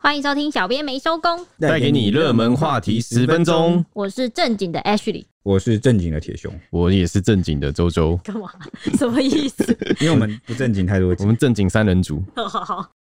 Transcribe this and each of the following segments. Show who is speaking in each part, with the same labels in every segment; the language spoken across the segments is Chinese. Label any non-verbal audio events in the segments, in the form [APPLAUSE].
Speaker 1: 欢迎收听《小编没收工》，
Speaker 2: 带给你热门话题十分钟。
Speaker 1: 我是正经的 Ashley。
Speaker 3: 我是正经的铁熊，
Speaker 2: 我也是正经的周周，
Speaker 1: 干嘛？什么意思？哦
Speaker 3: 因为我们不正经太多集
Speaker 2: 我们正经三人组。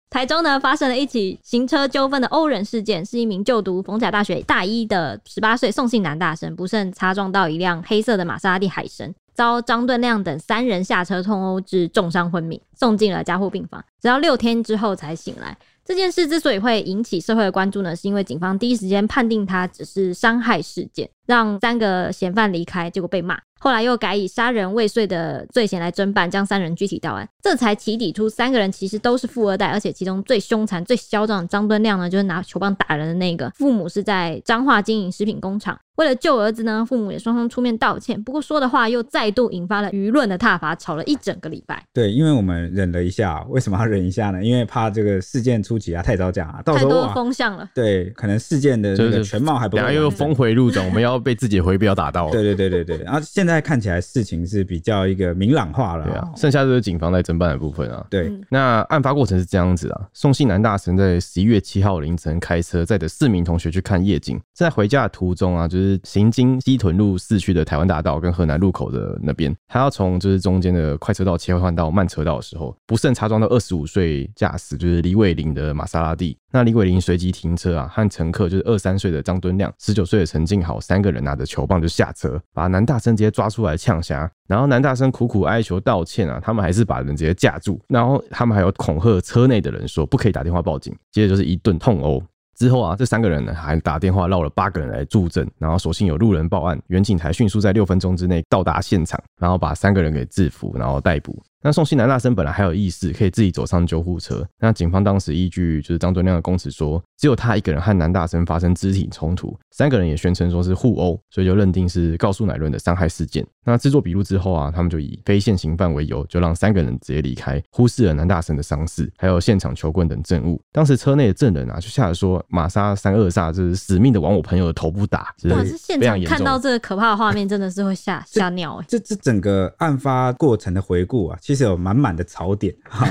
Speaker 1: 台中呢发生了一起行车纠纷的殴人事件，是一名就读逢甲大学大一的十八岁宋姓男大生，不慎擦撞到一辆黑色的玛莎拉蒂海神，遭张顿亮等三人下车痛殴致重伤昏迷，送进了加护病房，直到六天之后才醒来。这件事之所以会引起社会的关注呢，是因为警方第一时间判定他只是伤害事件，让三个嫌犯离开，结果被骂。后来又改以杀人未遂的罪嫌来侦办，将三人具体到案，这才起底出三个人其实都是富二代，而且其中最凶残、最嚣张的张敦亮呢，就是拿球棒打人的那个，父母是在彰化经营食品工厂。为了救儿子呢，父母也双双出面道歉，不过说的话又再度引发了舆论的挞伐，吵了一整个礼拜。
Speaker 3: [LAUGHS] 对，因为我们忍了一下，为什么要忍一下呢？因为怕这个事件出起啊，太早讲啊，到
Speaker 1: 太
Speaker 3: 时候
Speaker 1: 多的
Speaker 3: 哇，
Speaker 1: 风向了，
Speaker 3: 对，可能事件的这
Speaker 2: 就
Speaker 3: 个
Speaker 2: 是
Speaker 3: 全貌还不够
Speaker 2: 然后
Speaker 3: 完
Speaker 2: 又
Speaker 3: 整。
Speaker 2: 峰回路转，我们要被自己的回标打到。
Speaker 3: 对对对对对，然后现在看起来事情是比较一个明朗化了
Speaker 2: 对啊
Speaker 3: 啊，，
Speaker 2: 剩下就是警方在侦办的部分啊。
Speaker 3: 对
Speaker 1: 嗯
Speaker 2: 那案发过程是这样子啊，宋姓男大神在十一月七号凌晨开车载着四名同学去看夜景，在回家的途中啊，就是行经西屯路市区的台湾大道跟河南路口的那边，他要从就是中间的快车道切换到慢车道的时候，不慎擦撞到二十五岁驾驶就是李伟林的玛莎拉蒂。那李伟林随即停车啊，和乘客就是二三岁的张敦亮、十九岁的陈静豪三个人拿着球棒就下车，把男大生直接抓出来呛虾。然后男大生苦苦哀求道歉啊，他们还是把人直接架住，然后他们还有恐吓车内的人说不可以打电话报警，接着就是一顿痛殴。之后啊，这三个人呢还打电话绕了八个人来助阵，然后所幸有路人报案，远警台迅速在六分钟之内到达现场，然后把三个人给制服，然后逮捕。那宋姓男大生本来还有意识，可以自己走上救护车。那警方当时依据就是张敦亮的供词说，只有他一个人和男大生发生肢体冲突，三个人也宣称说是互殴，所以就认定是告诉乃论的伤害事件。那制作笔录之后啊，他们就以非现行犯为由，就让三个人直接离开，忽视了男大生的伤势，还有现场球棍等证物。当时车内的证人啊，就吓得说玛莎三二煞就是死命的往我朋友的头部打，就
Speaker 1: 哇，
Speaker 2: 是
Speaker 1: 是现
Speaker 2: 非常
Speaker 1: 场
Speaker 2: 严
Speaker 1: 看
Speaker 2: 重
Speaker 1: 到。这个可怕的画面，真的是会吓吓尿哎、
Speaker 3: 这这整个案发过程的回顾啊，其实有满满的槽点哈。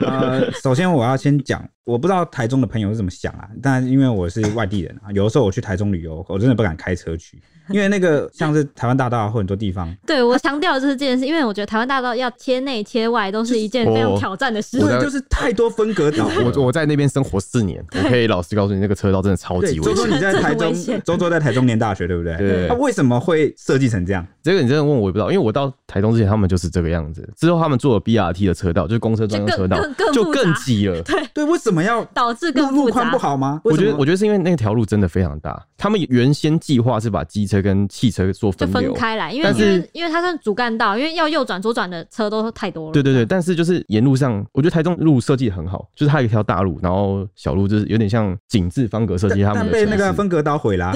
Speaker 3: 呃，首先我要先讲，我不知道台中的朋友是怎么想啊，但因为我是外地人啊，有的时候我去台中旅游，我真的不敢开车去，因为那个像是台湾大道啊或很多地方，
Speaker 1: 对我强调的就是这件事，因为我觉得台湾大道要切内切外都是一件非常
Speaker 2: 我
Speaker 1: 挑战的事
Speaker 2: 哦我。在
Speaker 3: 对，就是太多分隔岛了。
Speaker 2: 我我在那边生活四年，我可以老实告诉你，那个车道真的超
Speaker 3: 对，
Speaker 2: 级
Speaker 3: 周
Speaker 2: 危险
Speaker 3: 周。你在
Speaker 1: 这很
Speaker 3: 台
Speaker 1: 危
Speaker 3: 中
Speaker 1: 险，
Speaker 3: 周周在台中念大学，对不对？
Speaker 2: 对
Speaker 3: 他为什么会设计成这样？
Speaker 2: 这个你真的问我也不知道，因为我到台东之前他们就是这个样子，之后他们做了 BRT 的车道，就是公车专用车道
Speaker 1: 就更更，
Speaker 2: 就
Speaker 1: 更复杂
Speaker 2: 更挤
Speaker 1: [LAUGHS]
Speaker 2: 了。
Speaker 3: 对，为什么要
Speaker 1: 导致
Speaker 3: 路
Speaker 1: 更
Speaker 3: 路
Speaker 1: 复
Speaker 3: 宽
Speaker 1: 杂
Speaker 3: 不。好吗？
Speaker 2: 我觉得，我
Speaker 3: 觉
Speaker 2: 觉得是因为那条路真的非常大。他们原先计划是把机车跟汽车做
Speaker 1: 就
Speaker 2: 分
Speaker 1: 分
Speaker 2: 流，
Speaker 1: 开来，因为
Speaker 2: 但
Speaker 1: 因
Speaker 2: 是
Speaker 1: 为因为它算主干道，因为要右转左转的车都太多了。
Speaker 2: 对对对，但是就是沿路上，我觉得台中路设计得很好，就是它有一条大路，然后小路就是有点像景致方格设计
Speaker 3: 得
Speaker 2: 他们
Speaker 3: 但
Speaker 2: 的
Speaker 3: 被
Speaker 2: 城
Speaker 3: 那个
Speaker 2: 市。
Speaker 3: 分隔岛毁了啊、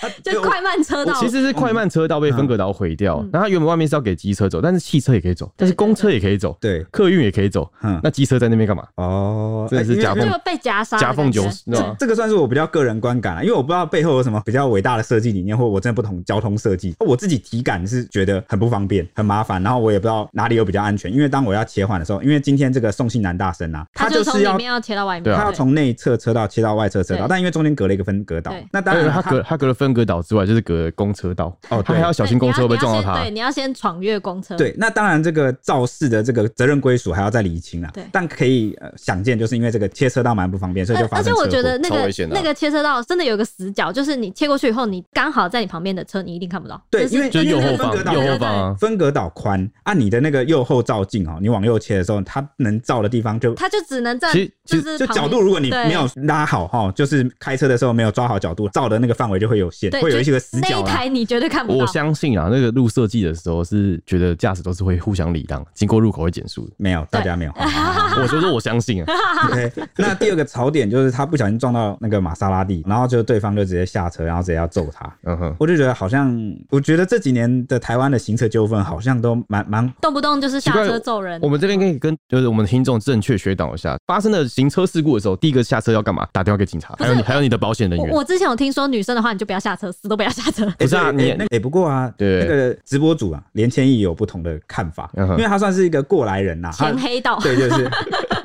Speaker 3: 啊
Speaker 1: [LAUGHS] 就快慢车道。
Speaker 2: 其实是快慢车道被分隔岛毁掉，
Speaker 1: 嗯
Speaker 2: 然后它原本外面是要给机车走，但是汽车也可以走，但是公车也可以走，
Speaker 3: 对，
Speaker 2: 客运也可以走，
Speaker 3: 嗯，
Speaker 2: 那机车在那边干嘛？
Speaker 3: 哦，
Speaker 2: 真的是
Speaker 3: 哎因为
Speaker 2: 假
Speaker 3: 因为
Speaker 1: 就被夹杀的
Speaker 2: 夹
Speaker 1: 感觉，
Speaker 2: 缝九十，对吧？
Speaker 1: 啊
Speaker 3: 这个算是我比较个人观感啊了，因为我不知道背后有什么比较伟大的设计理念，或我真的不懂交通设计。我自己体感是觉得很不方便、很麻烦，然后我也不知道哪里有比较安全。因为当我要切换的时候，因为今天这个宋姓男大生啊，
Speaker 1: 它
Speaker 3: 就
Speaker 1: 就从
Speaker 3: 是
Speaker 1: 里
Speaker 3: 要
Speaker 1: 面要切到外面，
Speaker 2: 对啊
Speaker 3: 他要从内侧车道切到外侧车道
Speaker 1: 对，
Speaker 3: 但因为中间隔了一个分隔岛
Speaker 1: 对，
Speaker 3: 那当
Speaker 2: 而
Speaker 3: 然
Speaker 2: 且
Speaker 3: 啊
Speaker 2: 他隔他隔了分隔岛之外，就是隔公车道，
Speaker 3: 哦
Speaker 2: 他
Speaker 3: 对
Speaker 2: 还要小心公车会不会撞到
Speaker 1: 对你要
Speaker 2: 他
Speaker 1: 对，。你要先闯越公车，，
Speaker 3: 对，那当然这个肇事的这个责任归属还要再厘清啦啊
Speaker 1: 对。
Speaker 3: 但可以呃想见，就是因为这个切车道蛮不方便，所以就
Speaker 1: 而
Speaker 3: 发
Speaker 1: 而
Speaker 3: 生
Speaker 1: 且
Speaker 3: 车祸。
Speaker 1: 我觉得那
Speaker 2: 超
Speaker 1: 个
Speaker 2: 危险的啊
Speaker 1: 那个切车道真的有个死角，就是你切过去以后，你刚好在你旁边的车，你一定看不到。
Speaker 3: 对
Speaker 1: 这是
Speaker 3: 因为
Speaker 2: 就是右后
Speaker 3: 分隔岛
Speaker 2: 方，右后方
Speaker 1: 嗯
Speaker 2: 啊，
Speaker 3: 分隔岛宽，按、你的那个右后照镜哦，你往右切的时候，它能照的地方就
Speaker 1: 它就只能在
Speaker 2: 其实
Speaker 1: 就
Speaker 2: 其实
Speaker 1: 是
Speaker 3: 就
Speaker 1: 旁边
Speaker 3: 角度，如果你
Speaker 1: 对
Speaker 3: 没有拉好哈、哦，就是开车的时候没有抓好角度，照的那个范围就会有限，
Speaker 1: 对，
Speaker 3: 会有一些
Speaker 1: 就
Speaker 3: 个死角啊
Speaker 1: 那一
Speaker 3: 啦。。
Speaker 1: 台你绝对看不
Speaker 2: 我
Speaker 1: 到。
Speaker 2: 相信啊，那个路设计的时候是觉得驾驶都是会互相礼让，经过路口会减速的
Speaker 3: [LAUGHS] 没有，大家没有。好好好
Speaker 2: 我就说我相
Speaker 3: [LAUGHS]
Speaker 2: 信啊，
Speaker 3: OK，那第二个槽点就是他不小心撞到那个玛莎拉蒂，然后就对方就直接下车，然后直接要揍他。
Speaker 2: 嗯哼，
Speaker 3: 我就觉得好像，我觉得这几年的台湾的行车纠纷好像都蛮蛮
Speaker 1: 动不动就是下
Speaker 2: 奇怪
Speaker 1: 车揍人
Speaker 2: 我，们这边可以跟就是我们听众正确学导一下，发生了行车事故的时候，第一个下车要干嘛？打电话给警察，还
Speaker 3: [LAUGHS]
Speaker 2: 有你还有你的保险人
Speaker 1: 我
Speaker 2: 员。
Speaker 1: 我之前有听说女生的话，你就不要下车，死都不要下车。
Speaker 2: 不是啊
Speaker 3: 欸对
Speaker 2: 你
Speaker 3: 欸那个欸不过啊，
Speaker 2: 对
Speaker 3: 那个直播主啊，连千亿有不同的看法，
Speaker 2: 嗯哼
Speaker 3: [LAUGHS] 因为他算是一个过来人呐、他
Speaker 1: 前黑道，
Speaker 3: 对，就是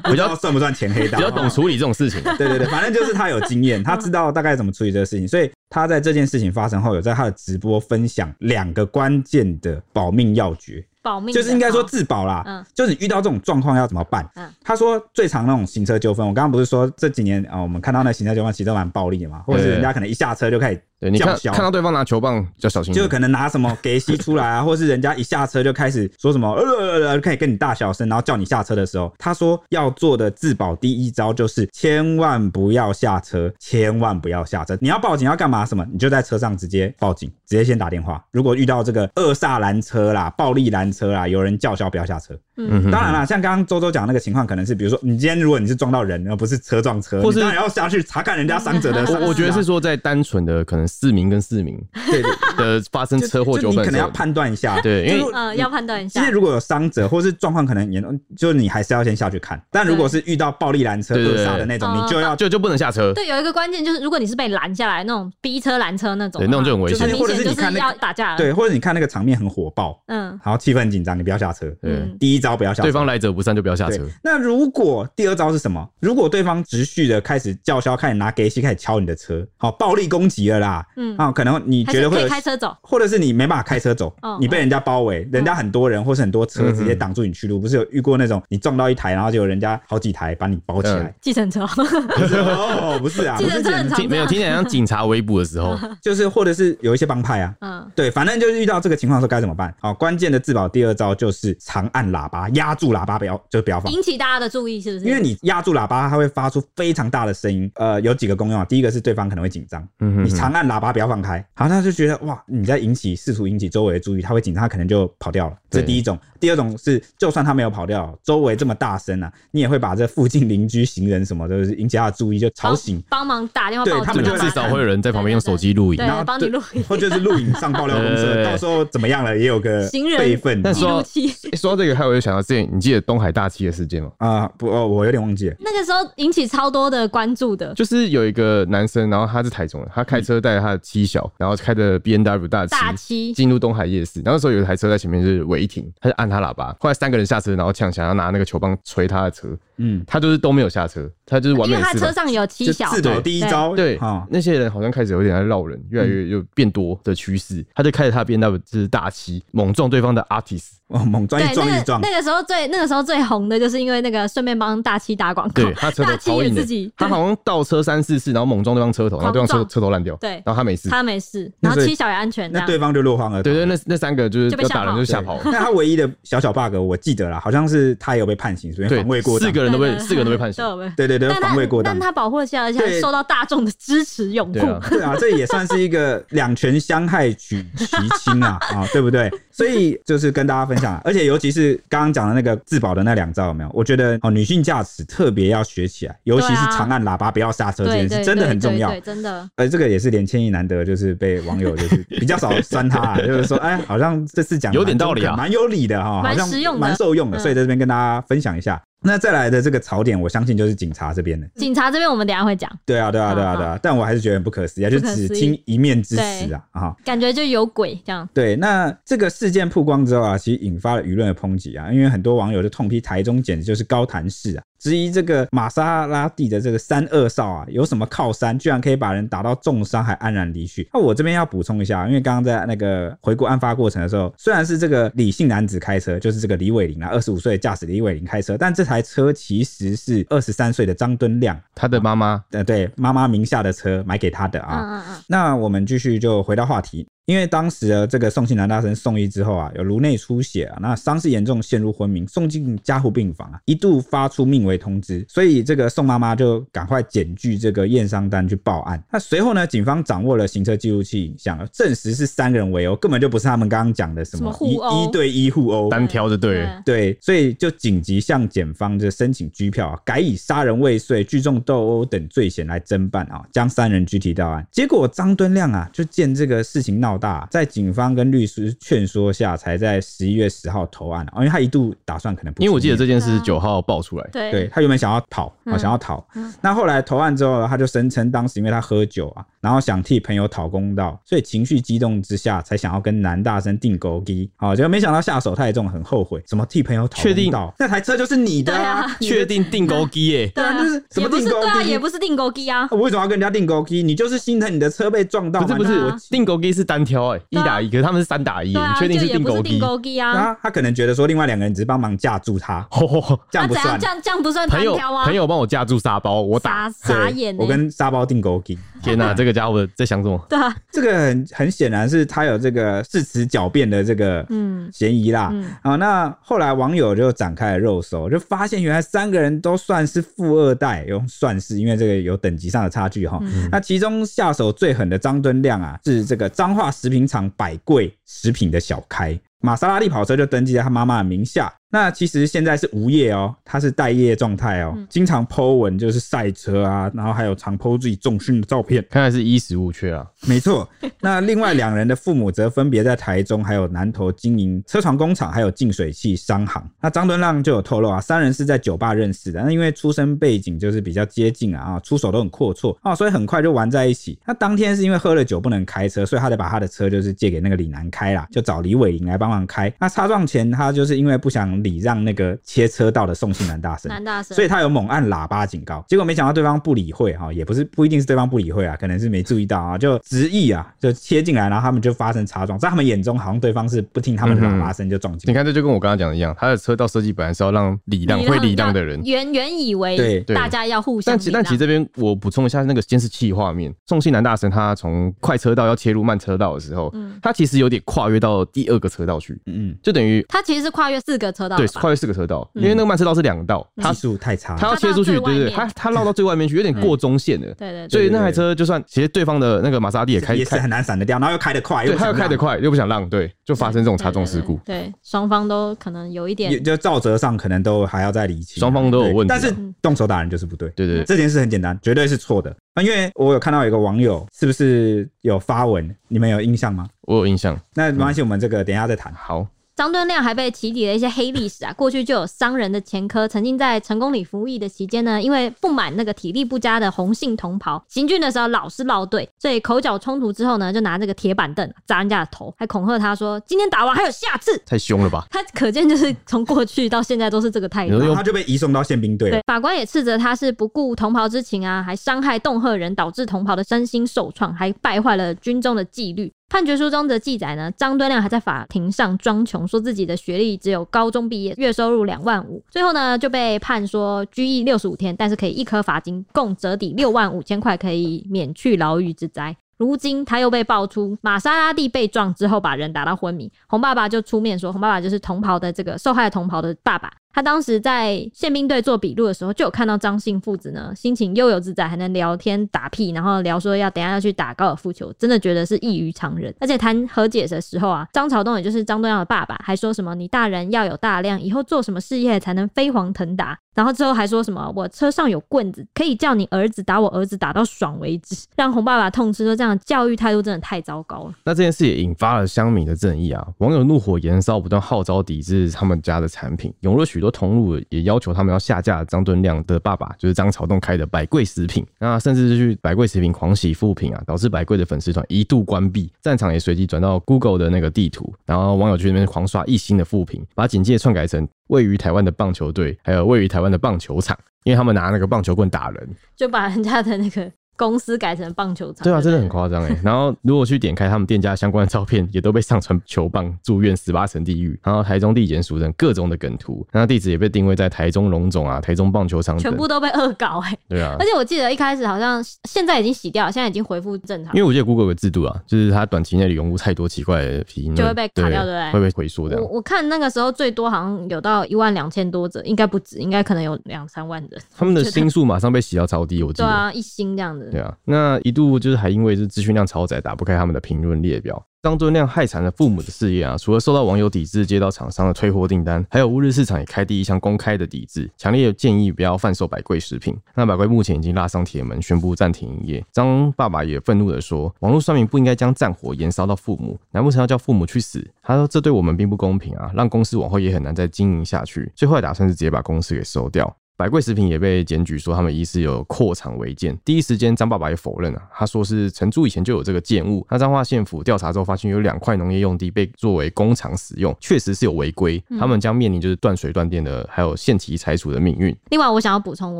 Speaker 3: 不知道算不算前黑
Speaker 2: [LAUGHS] 比
Speaker 3: 道，啊
Speaker 2: 较懂处理这种事情。
Speaker 3: [LAUGHS] 对对对，反正就是他有经
Speaker 1: 嗯
Speaker 3: 验，他知道大概怎么处理这个事情，所以他在这件事情发生后，有在他的直播分享两个关键的保命要诀，
Speaker 1: 保命
Speaker 3: 就是应该说
Speaker 1: 的
Speaker 3: 自保啦。
Speaker 1: 嗯
Speaker 3: 就是你遇到这种状况要怎么办？
Speaker 1: 嗯
Speaker 3: 他说最常那种行车纠纷，我刚刚不是说这几年啊、呃我们看到那行车纠纷其实都蛮暴力的嘛，或者是人家可能一下车就开始
Speaker 2: 对你
Speaker 3: 叫
Speaker 2: 看
Speaker 3: 嚣啊
Speaker 2: 看。到对方拿球棒，就要小心一
Speaker 3: 就
Speaker 2: 点。
Speaker 3: 可能拿什么给吸出来啊，或是人家一下车就开始说什么呃呃呃，就开始跟你大小声，然后叫你下车的时候，他说要做的自保第一招就是千万不要下车，千万不要下车。你要报警要啊干嘛？什么？你就在车上直接报警，直接先打电话。如果遇到这个恶煞拦车啦、暴力拦车啦，有人叫嚣不要下车。
Speaker 1: 嗯
Speaker 3: 当然啦，像刚刚周周讲那个情况，可能是比如说你今天如果你是撞到人，而不是车撞车，
Speaker 2: 或
Speaker 3: 你
Speaker 2: 是
Speaker 3: 当然要下去查看人家伤者的伤势啊。
Speaker 2: 嗯我我觉得是说，在单纯的可能市民跟市民
Speaker 3: 对对 [LAUGHS]
Speaker 2: 的发生
Speaker 3: 就
Speaker 2: 车祸
Speaker 3: 就
Speaker 2: 纠
Speaker 3: 你
Speaker 2: 纷
Speaker 3: 可能
Speaker 2: 的时
Speaker 3: 要
Speaker 2: 候，
Speaker 3: 判断一下。
Speaker 2: 对，因
Speaker 3: 就
Speaker 2: 为
Speaker 3: 是
Speaker 1: 呃，要判断一
Speaker 3: 其
Speaker 1: 下
Speaker 3: 实，如果有伤者或是状况可能严重，就是你还是要先下去看。但如果是遇到暴力拦车、
Speaker 2: 对对
Speaker 3: 扼
Speaker 2: 对
Speaker 3: 杀的那种，
Speaker 1: 哦
Speaker 3: 你就要
Speaker 2: 就就不能下车，
Speaker 1: 对，有一个关键就是，如果你是被拦下来那种逼车拦车那种的话，啊
Speaker 2: 对那种就很危险
Speaker 1: 很明
Speaker 3: 或者是
Speaker 1: 显就
Speaker 3: 你
Speaker 1: 是
Speaker 3: 看那个
Speaker 1: 要打架了。
Speaker 3: 对，，或者你看那个场面很火爆，
Speaker 1: 嗯
Speaker 3: 然后气氛很紧张，你不要下车。
Speaker 2: 对，
Speaker 3: 第一招不要下车。
Speaker 2: 对方来者不善就不要下
Speaker 3: 对
Speaker 2: 车。
Speaker 3: 那如果第二招是什么？如果对方持续的开始叫嚣，开始拿给息，开始敲你的车，好、暴力攻击了啦。
Speaker 1: 嗯，
Speaker 3: 啊、可能你
Speaker 1: 还
Speaker 3: 觉
Speaker 1: 是
Speaker 3: 得会
Speaker 1: 可
Speaker 3: 有
Speaker 1: 以开车走。
Speaker 3: 或者是你没办法开车走，
Speaker 1: 哦嗯
Speaker 3: 你被人家包围，人家很多人或是很多车
Speaker 2: 嗯
Speaker 3: 直接挡住你去路，不是有遇过那种你撞到一台，然后就有人家好几台把你包起
Speaker 2: 嗯
Speaker 3: 来？
Speaker 1: 计程车，
Speaker 3: 不是哦，不是啊，
Speaker 1: 计
Speaker 3: 不
Speaker 1: 程
Speaker 3: 是
Speaker 1: 车很
Speaker 3: 检，
Speaker 1: 常
Speaker 2: [LAUGHS] 听没有
Speaker 1: 这
Speaker 2: 听起来像警察围捕的时
Speaker 1: [LAUGHS]
Speaker 2: 候，
Speaker 3: 就是或者是有一些帮派啊。
Speaker 1: 样，嗯，
Speaker 3: 对，反正就是遇到这个情况的时候该怎么办？好、关键的自保第二招就是长按喇叭，压住喇叭，不要就是不要放。
Speaker 1: 引起大家的注意是不是？
Speaker 3: 因为你压住喇叭，它会发出非常大的声音。呃，有几个功用啊。第一个是对方可能会紧张，
Speaker 2: 嗯哼
Speaker 3: 你长按喇叭不要放开，好，他就觉得哇，你在引起试图引起周围的注意，他会紧张，他可能就跑掉了。这是
Speaker 2: 对
Speaker 3: 第一种。第二种是，就算他没有跑掉，周围这么大声啊，你也会把这附近邻居、行人什么都是引起他的注意，就吵
Speaker 1: 帮
Speaker 3: 醒，
Speaker 1: 帮忙打电话
Speaker 3: 对
Speaker 1: 报警，
Speaker 3: 他们就
Speaker 2: 至少会有人在旁边用手机录影
Speaker 1: 对。
Speaker 3: 然后
Speaker 1: 帮你录影
Speaker 3: 或者是录影上爆料公
Speaker 2: 对对
Speaker 3: 社，
Speaker 2: 对
Speaker 3: 到时候怎么样了也有个
Speaker 1: 行人
Speaker 3: 备份。
Speaker 2: 但
Speaker 1: 记
Speaker 2: 是
Speaker 1: 录器。 [LAUGHS]
Speaker 2: 诶说到这个，还有就想到之前，你记得东海大七的事件吗？
Speaker 3: 啊、不，哦，我有点忘记了。
Speaker 1: 那个时候引起超多的关注的，
Speaker 2: 就是有一个男生，然后他是台中人，他开车带着他的妻小，然后开着 B N W 大七
Speaker 1: 大七
Speaker 2: 进入东海夜市，然后那时候有一台车在前面就是违停，他就按他喇叭，后来三个人下车，然后抢想要拿那个球棒捶他的车，
Speaker 3: 嗯，
Speaker 2: 他就是都没有下车，他就是完
Speaker 1: 因
Speaker 2: 美
Speaker 1: 为
Speaker 2: 的
Speaker 1: 他
Speaker 2: 示
Speaker 1: 车
Speaker 2: 范。
Speaker 1: 上哦有
Speaker 3: 就
Speaker 1: 七小，
Speaker 3: 自保第一招，
Speaker 2: 对
Speaker 3: 啊，，
Speaker 2: 那些人好像开始有点在绕人，越来越
Speaker 1: 嗯
Speaker 2: 又变多的趋势。他就开着他的 B N W 就是大七，猛撞对方的 artist，
Speaker 3: 哦，猛撞
Speaker 1: 对
Speaker 3: 一撞一
Speaker 1: 那个
Speaker 3: 撞，
Speaker 1: 那个时候最那个时候最红的就是因为那个顺便帮大七打广告
Speaker 2: [LAUGHS] 对，他车头
Speaker 1: 大七
Speaker 2: 超
Speaker 1: 也
Speaker 2: 硬
Speaker 1: 自
Speaker 2: 的
Speaker 1: 己，
Speaker 2: 他好像倒车三四次，然后猛撞对方车头，然后对方车
Speaker 1: 狂撞
Speaker 2: 车头烂掉，
Speaker 1: 对
Speaker 2: 然后他没事。
Speaker 1: 他没事，
Speaker 3: 那
Speaker 1: 然后
Speaker 3: 所以
Speaker 1: 七小也安全这
Speaker 3: 那
Speaker 1: 样，
Speaker 3: 对方就落荒而逃。
Speaker 2: 对对，那那三个就是
Speaker 1: 就被
Speaker 2: 要
Speaker 1: 吓
Speaker 2: 打人
Speaker 1: 跑
Speaker 2: 就吓跑了
Speaker 3: 对。那他唯一的小小 bug 我记得了，好像是他有被判刑，所以
Speaker 2: 对，
Speaker 3: 防卫过当
Speaker 2: 四个人都被四个人都被判刑
Speaker 1: 对。对对
Speaker 3: 对对对，
Speaker 1: 但
Speaker 3: 防卫
Speaker 1: 他
Speaker 3: 过
Speaker 1: 但
Speaker 3: 当。
Speaker 1: 他保护了下来，而且还
Speaker 3: 对
Speaker 1: 受到大众的支持拥护
Speaker 2: 对，啊，
Speaker 3: [LAUGHS] 对啊，这也算是一个两全相害取其轻啊，啊、对不对？所以就是跟大家分享、啊，而且尤其是刚刚讲的那个自保的那两招，有没有？我觉得哦，女性驾驶特别要学起来，尤其
Speaker 1: 对
Speaker 3: 是
Speaker 1: 啊
Speaker 3: 长按喇叭不要刹车这
Speaker 1: 对
Speaker 3: 件
Speaker 1: 对
Speaker 3: 事，真的
Speaker 1: 对
Speaker 3: 很重
Speaker 1: 对
Speaker 3: 要
Speaker 1: 对。真的。
Speaker 3: 呃，这个也是连千亿难得，就是被网友就是比较少酸他、啊，就是说，哎，好像这次讲得
Speaker 2: 有点
Speaker 3: 蛮中
Speaker 2: 道理啊
Speaker 3: 肯蛮有理的哈，
Speaker 1: 蛮
Speaker 3: 好像
Speaker 1: 实用的
Speaker 3: 蛮受用的，
Speaker 1: 嗯
Speaker 3: 所以在这边跟大家分享一下。那再来的这个槽点，我相信就是警察这边的。
Speaker 1: 警察这边我们等一下会讲，
Speaker 3: 对啊，对啊，
Speaker 1: 好
Speaker 3: 对啊，
Speaker 1: 好
Speaker 3: 对啊，但我还是觉得很不可思议啊，就
Speaker 1: 不可思
Speaker 3: 只
Speaker 1: 议
Speaker 3: 听一面之词啊，啊。
Speaker 1: 感觉就有鬼这样。
Speaker 3: 对，那这个事件曝光之后啊，其实引发了舆论的抨击啊，因为很多网友就痛批台中简直就是高谈市啊，质疑这个玛莎拉蒂的这个三二少啊，有什么靠山，居然可以把人打到重伤还安然离去。那我这边要补充一下啊，因为刚刚在那个回顾案发过程的时候，虽然是这个理性男子开车，就是这个李伟林啊，二十五岁的驾驶李伟林开车，但这台车其实是二十三岁的张敦亮，啊
Speaker 2: 他的妈妈
Speaker 3: 呃，对妈妈名下的车买给他的啊。
Speaker 1: 嗯嗯嗯，
Speaker 3: 那我们继续就回到话题，因为当时的这个宋姓男大生送医之后啊，有颅内出血啊，那伤势严重，陷入昏迷，送进加护病房啊，一度发出命危通知，所以这个宋妈妈就赶快检具这个验伤单去报案。那随后呢，警方掌握了行车记录器影像，证实是三个人围殴，根本就不是他们刚刚讲的什
Speaker 1: 什么
Speaker 3: 么
Speaker 1: 互
Speaker 3: 一
Speaker 1: 殴
Speaker 3: 一对一互殴，
Speaker 2: 单挑就对
Speaker 1: 嗯
Speaker 2: 了，
Speaker 3: 对，所以就紧急向检方就申请拘票、啊，改以杀人未遂、聚众斗殴等罪嫌来侦办啊，将三人拘提到案。结果张敦亮啊，就见这个事情闹闹大，在警方跟律师劝说下，才在十一月十号投案啊、哦因为他一度打算可能不，
Speaker 2: 因为我记得这。件
Speaker 1: 对
Speaker 2: 事
Speaker 1: 啊
Speaker 2: 九号爆出来，
Speaker 1: 对
Speaker 3: 对他原本想要跑，啊、
Speaker 1: 嗯
Speaker 3: 想要逃。
Speaker 1: 嗯
Speaker 3: 那后来投案之后，他就声称当时因为他喝酒啊，然后想替朋友讨公道，所以情绪激动之下才想要跟男大生定勾机。好、结果没想到下手太重，很后悔。怎么替朋友讨
Speaker 2: 确定
Speaker 3: 公道？那台车就是你的啊！你的
Speaker 2: 确定定勾机耶，
Speaker 1: 对
Speaker 3: 对
Speaker 1: 啊
Speaker 3: 啊，就是什
Speaker 1: 也
Speaker 3: 么
Speaker 1: 不是
Speaker 3: 定勾
Speaker 1: 对啊，
Speaker 3: 机
Speaker 1: 也不是定勾机啊，
Speaker 2: 哦
Speaker 3: 我为什么要跟人家定勾机？你就是心疼你的车被撞到嘛，
Speaker 2: 不是不
Speaker 1: 对
Speaker 2: 是
Speaker 1: 啊
Speaker 2: 我定勾机是单挑哎，一
Speaker 1: 对啊
Speaker 2: 打一，可是他们是三打一耶，
Speaker 1: 对啊，
Speaker 2: 你
Speaker 1: 就
Speaker 2: 确定是
Speaker 1: 也
Speaker 2: 定
Speaker 1: 不
Speaker 2: 勾
Speaker 1: 是
Speaker 2: 机
Speaker 1: 定？勾机啊，
Speaker 3: 啊，他可能觉得说另外两个人只是帮忙架住他，
Speaker 2: 哦，
Speaker 3: 这
Speaker 1: 那
Speaker 3: 样不
Speaker 1: 怎
Speaker 3: 算
Speaker 1: 样？这。样这样不算单
Speaker 2: [LAUGHS] 朋友
Speaker 1: 挑啊？
Speaker 2: 朋友帮我架住沙包，我打，
Speaker 1: 傻傻
Speaker 3: 对
Speaker 1: 眼欸，
Speaker 3: 我跟沙包定勾机。
Speaker 2: 天哪，这个家伙在想什么？
Speaker 1: [LAUGHS] 对啊，
Speaker 3: 这个很很显然是他有这个誓词狡辩的这个
Speaker 1: 嗯
Speaker 3: 嫌疑啦。
Speaker 1: 嗯，
Speaker 3: 啊、那后来网友就展开了肉搜，就发现原来三个人都算是富二代，用算是因为这个有等级上的差距哈。
Speaker 1: 嗯
Speaker 3: 那其中下手最狠的张敦亮啊，是这个彰化食品厂百贵食品的小开，玛莎拉蒂跑车就登记在他妈妈的名下。那其实现在是无业哦，他是待业状态哦，
Speaker 1: 嗯
Speaker 3: 经常 Po 文就是晒车啊，然后还有常 Po 自己重训的照片。
Speaker 2: 看来是衣食无缺啊，
Speaker 3: 没错，那另外两人的父母则分别在台中还有南投经营车床工厂，还有净水器商行。那张敦浪就有透露啊，三人是在酒吧认识的，那因为出身背景就是比较接近啊，啊出手都很阔绰啊，所以很快就玩在一起。那当天是因为喝了酒不能开车，所以他得把他的车就是借给那个李南开啦，就找李伟林来帮忙开。那擦撞前，他就是因为不想礼让那个切车道的宋姓男大生，
Speaker 1: 男大神，
Speaker 3: 所以他有猛按喇叭警告，结果没想到对方不理会哈，也不是不一定是对方不理会啊，可能是没注意到啊，就执意啊，就切进来，然后他们就发生擦撞，在他们眼中好像对方是不听他们的喇叭声就撞进
Speaker 2: 你
Speaker 3: 来。
Speaker 2: 看这就跟我刚刚讲的一样，他的车道设计本来是要让礼让会礼让的人，
Speaker 1: 原原以
Speaker 3: 对
Speaker 1: 为
Speaker 2: 对
Speaker 1: 大家要互相
Speaker 2: 但
Speaker 1: 礼
Speaker 2: 其
Speaker 1: 让，
Speaker 2: 但其实这边我补充一下那个监视器画面，宋庆南大神他从快车道要切入慢车道的时候，
Speaker 1: 嗯
Speaker 2: 他其实有点跨越到第二个车道去，
Speaker 3: 嗯
Speaker 2: 就等于
Speaker 1: 他其实是跨越四个车道
Speaker 2: 对
Speaker 1: 了吧，嗯
Speaker 2: 跨越四个车道，因为那个慢车道是两道，
Speaker 3: 嗯，
Speaker 2: 他
Speaker 3: 技术太差
Speaker 2: 他
Speaker 3: 了。
Speaker 2: 要切出去，
Speaker 1: 他到最
Speaker 2: 对
Speaker 1: 外
Speaker 2: 对，
Speaker 1: 面嗯
Speaker 2: 他他绕到最外面去，有点过中线了。
Speaker 1: 对对对，
Speaker 2: 所以
Speaker 3: 对对
Speaker 2: 那台车就算其实对方的那个玛莎拉蒂也开
Speaker 3: 也是
Speaker 2: 开，
Speaker 3: 很难闪得掉，然后又开得快，
Speaker 2: 对，
Speaker 3: 又
Speaker 2: 他又开得
Speaker 3: 得，
Speaker 2: 快，又不想让，对，就发生这种擦撞事故。
Speaker 1: 对，对对双方都可能有一
Speaker 3: 也
Speaker 1: 点
Speaker 3: 就照责上可能都还要再理清，
Speaker 2: 双方都有
Speaker 3: 对
Speaker 2: 问题啊
Speaker 3: 但是动手打人就是不对，
Speaker 2: 对对对，
Speaker 3: 这件事很简单，绝对是错的。那因为我有看到有一个网友是不是有发文，你们有印象吗？
Speaker 2: 我有印象。
Speaker 3: 那没关
Speaker 2: 嗯
Speaker 3: 系，我们这个等一下再谈。
Speaker 2: 好，
Speaker 1: 张敦亮还被起底了一些黑历史啊，过去就有商人的前科，曾经在成功里服役的期间呢，因为不满那个体力不佳的红姓同袍，行军的时候老是落队，所以口角冲突之后呢，就拿那个铁板凳砸人家的头，还恐吓他说今天打完还有下次。
Speaker 2: 太凶了吧？
Speaker 1: 他可见就是从过去到现在都是这个态度啊
Speaker 2: 你。
Speaker 3: 然
Speaker 2: 说
Speaker 3: 后他就被移送到宪兵队了
Speaker 1: 对，。法官也斥责他是不顾同袍之情啊，还伤害恫吓人，导致同袍的身心受创，还败坏了军中的纪律。判决书中的记载呢，张敦亮还在法庭上装穷，说自己的学历只有高中毕业，月收入两万五，最后呢就被判说拘役六十五天，但是可以一颗罚金，共折抵六万五千块，可以免去牢狱之灾。如今他又被爆出玛莎拉蒂被撞之后把人打到昏迷，红爸爸就出面说，红爸爸就是同袍的这个受害同袍的爸爸。他当时在宪兵队做笔录的时候，就有看到张姓父子呢，心情悠游自在，还能聊天打屁，然后聊说要等一下要去打高尔夫球，真的觉得是异于常人。而且谈和解的时候啊，张朝栋也就是张栋梁的爸爸，还说什么你大人要有大量，以后做什么事业才能飞黄腾达。然后之后还说什么我车上有棍子，可以叫你儿子打我儿子打到爽为止， [LAUGHS] 让红爸爸痛斥说这样的教育态度真的太糟糕了。
Speaker 2: 那这件事也引发了乡民的正义啊！网友怒火延烧，不断号召抵制他们家的产品，涌入许多同路，也要求他们要下架张敦亮的爸爸，就是张朝栋开的百贵食品。那甚至是去百贵食品狂喜负评啊，导致百贵的粉丝团一度关闭，战场也随即转到 Google 的那个地图，然后网友去那边狂刷一星的负评，把简介篡改成位于台湾的棒球队，还有位于台湾的棒球场，因为他们拿那个棒球棍打人。
Speaker 1: 就把人家的那个公司改成棒球场。
Speaker 2: [LAUGHS] 对啊，真的很夸张哎。然后如果去点开他们店家相关的照片，也都被上传球棒住院十八层地狱，然后台中地检署等各种的梗图，那地址也被定位在台中龙总啊、台中棒球场
Speaker 1: 全
Speaker 2: 等。
Speaker 1: 部都被恶搞哎、
Speaker 2: 对啊
Speaker 1: 而，且我记得一开始好像现在已经洗掉了，现在已经恢复正常
Speaker 2: 因。为我记得 Google 有个制度啊，就是它短期内涌入太多奇怪的评论，
Speaker 1: 就会被卡掉对不对
Speaker 2: 会被回缩这
Speaker 1: 我
Speaker 2: 样。
Speaker 1: 我看那个时候最多好像有到一万两千多者，应该不止，应该可能有两三万人。
Speaker 2: 他们的心数马上被洗到超低，我记
Speaker 1: 对
Speaker 2: 得。
Speaker 1: 啊，一星这样子
Speaker 2: 对。啊，那一度就是还因为是资讯量超载，打不开他们的评论列表。张敦亮害惨了父母的事业啊！除了受到网友抵制，接到厂商的退货订单，还有乌日市场也开第一项公开的抵制，强烈建议不要贩售百贵食品。那百贵目前已经拉上铁门，宣布暂停营业。张爸爸也愤怒地说：“网络酸民不应该将战火延烧到父母，难不成要叫父母去死？”他说：“这对我们并不公平啊，让公司往后也很难再经营下去。”最后的打算是直接把公司给收掉。百贵食品也被检举说他们疑似有扩厂违建，第一时间张爸爸也否认啊，他说是承租以前就有这个建物。那彰化县府调查之后发现有两块农业用地被作为工厂使用，确实是有违规，
Speaker 1: 嗯
Speaker 2: 他们将面临就是断水断电的，还有限期拆除的命运。
Speaker 1: 另外，我想要补充，我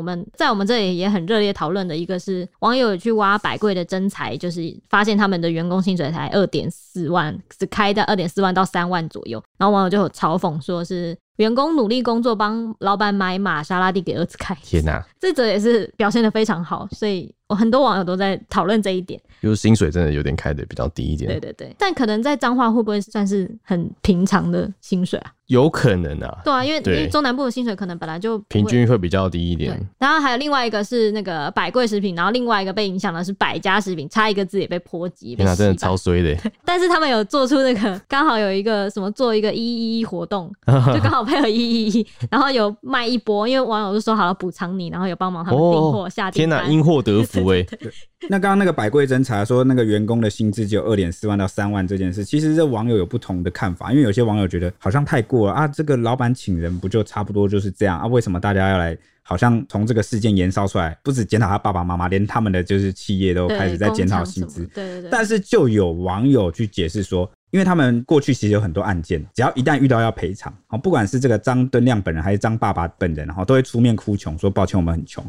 Speaker 1: 们在我们这里也很热烈讨论的一个是，网友有去挖百贵的真才，就是发现他们的员工薪水才二点四万，只开在二点四万到三万左右。然后网友就有嘲讽说是员工努力工作，帮老板买玛莎拉蒂给儿子开。
Speaker 2: 天哪、
Speaker 1: [LAUGHS] 这则也是表现的非常好，所以我很多网友都在讨论这一点。
Speaker 2: 就是薪水真的有点开的比较低一点，
Speaker 1: 对对对，但可能在彰化会不会算是很平常的薪水啊？
Speaker 2: 有可能啊，
Speaker 1: 对啊，因为因
Speaker 2: 对
Speaker 1: 为中南部的薪水可能本来就不会
Speaker 2: 平均会比较低一点
Speaker 1: 对。，然后还有另外一个是那个百贵食品，然后另外一个被影响的是百家食品，差一个字也被波及。
Speaker 2: 天
Speaker 1: 被
Speaker 2: 哪、
Speaker 1: 洗
Speaker 2: 真的
Speaker 1: 版
Speaker 2: 超衰的，欸
Speaker 1: 但是他们有做出那个，刚好有一个什么做一个一一一活动，就刚好配合一一一，然后有卖一波，因为网友就说好了补偿你，然后有帮忙他们订货、下
Speaker 2: 哦天
Speaker 1: 订
Speaker 2: 哪、
Speaker 1: 单。
Speaker 2: 因祸得福哎、
Speaker 3: [LAUGHS] 那刚刚那个百贵侦查说那个员工的薪资只有二点四万到三万这件事，其实这网友有不同的看法，因为有些网友觉得好像太过了啊，这个老板请人不就差不多就是这样啊？为什么大家要来？好像从这个事件延烧出来，不止检讨他爸爸妈妈，连他们的就是企业都
Speaker 1: 对
Speaker 3: 开始在检讨
Speaker 1: 工厂
Speaker 3: 薪
Speaker 1: 什
Speaker 3: 资
Speaker 1: 么。对对对，
Speaker 3: 但是就有网友去解释说，因为他们过去其实有很多案件，只要一旦遇到要赔偿，哦，不管是这个张敦亮本人还是张爸爸本人，然哦后都会出面哭穷，说抱歉，我们很穷。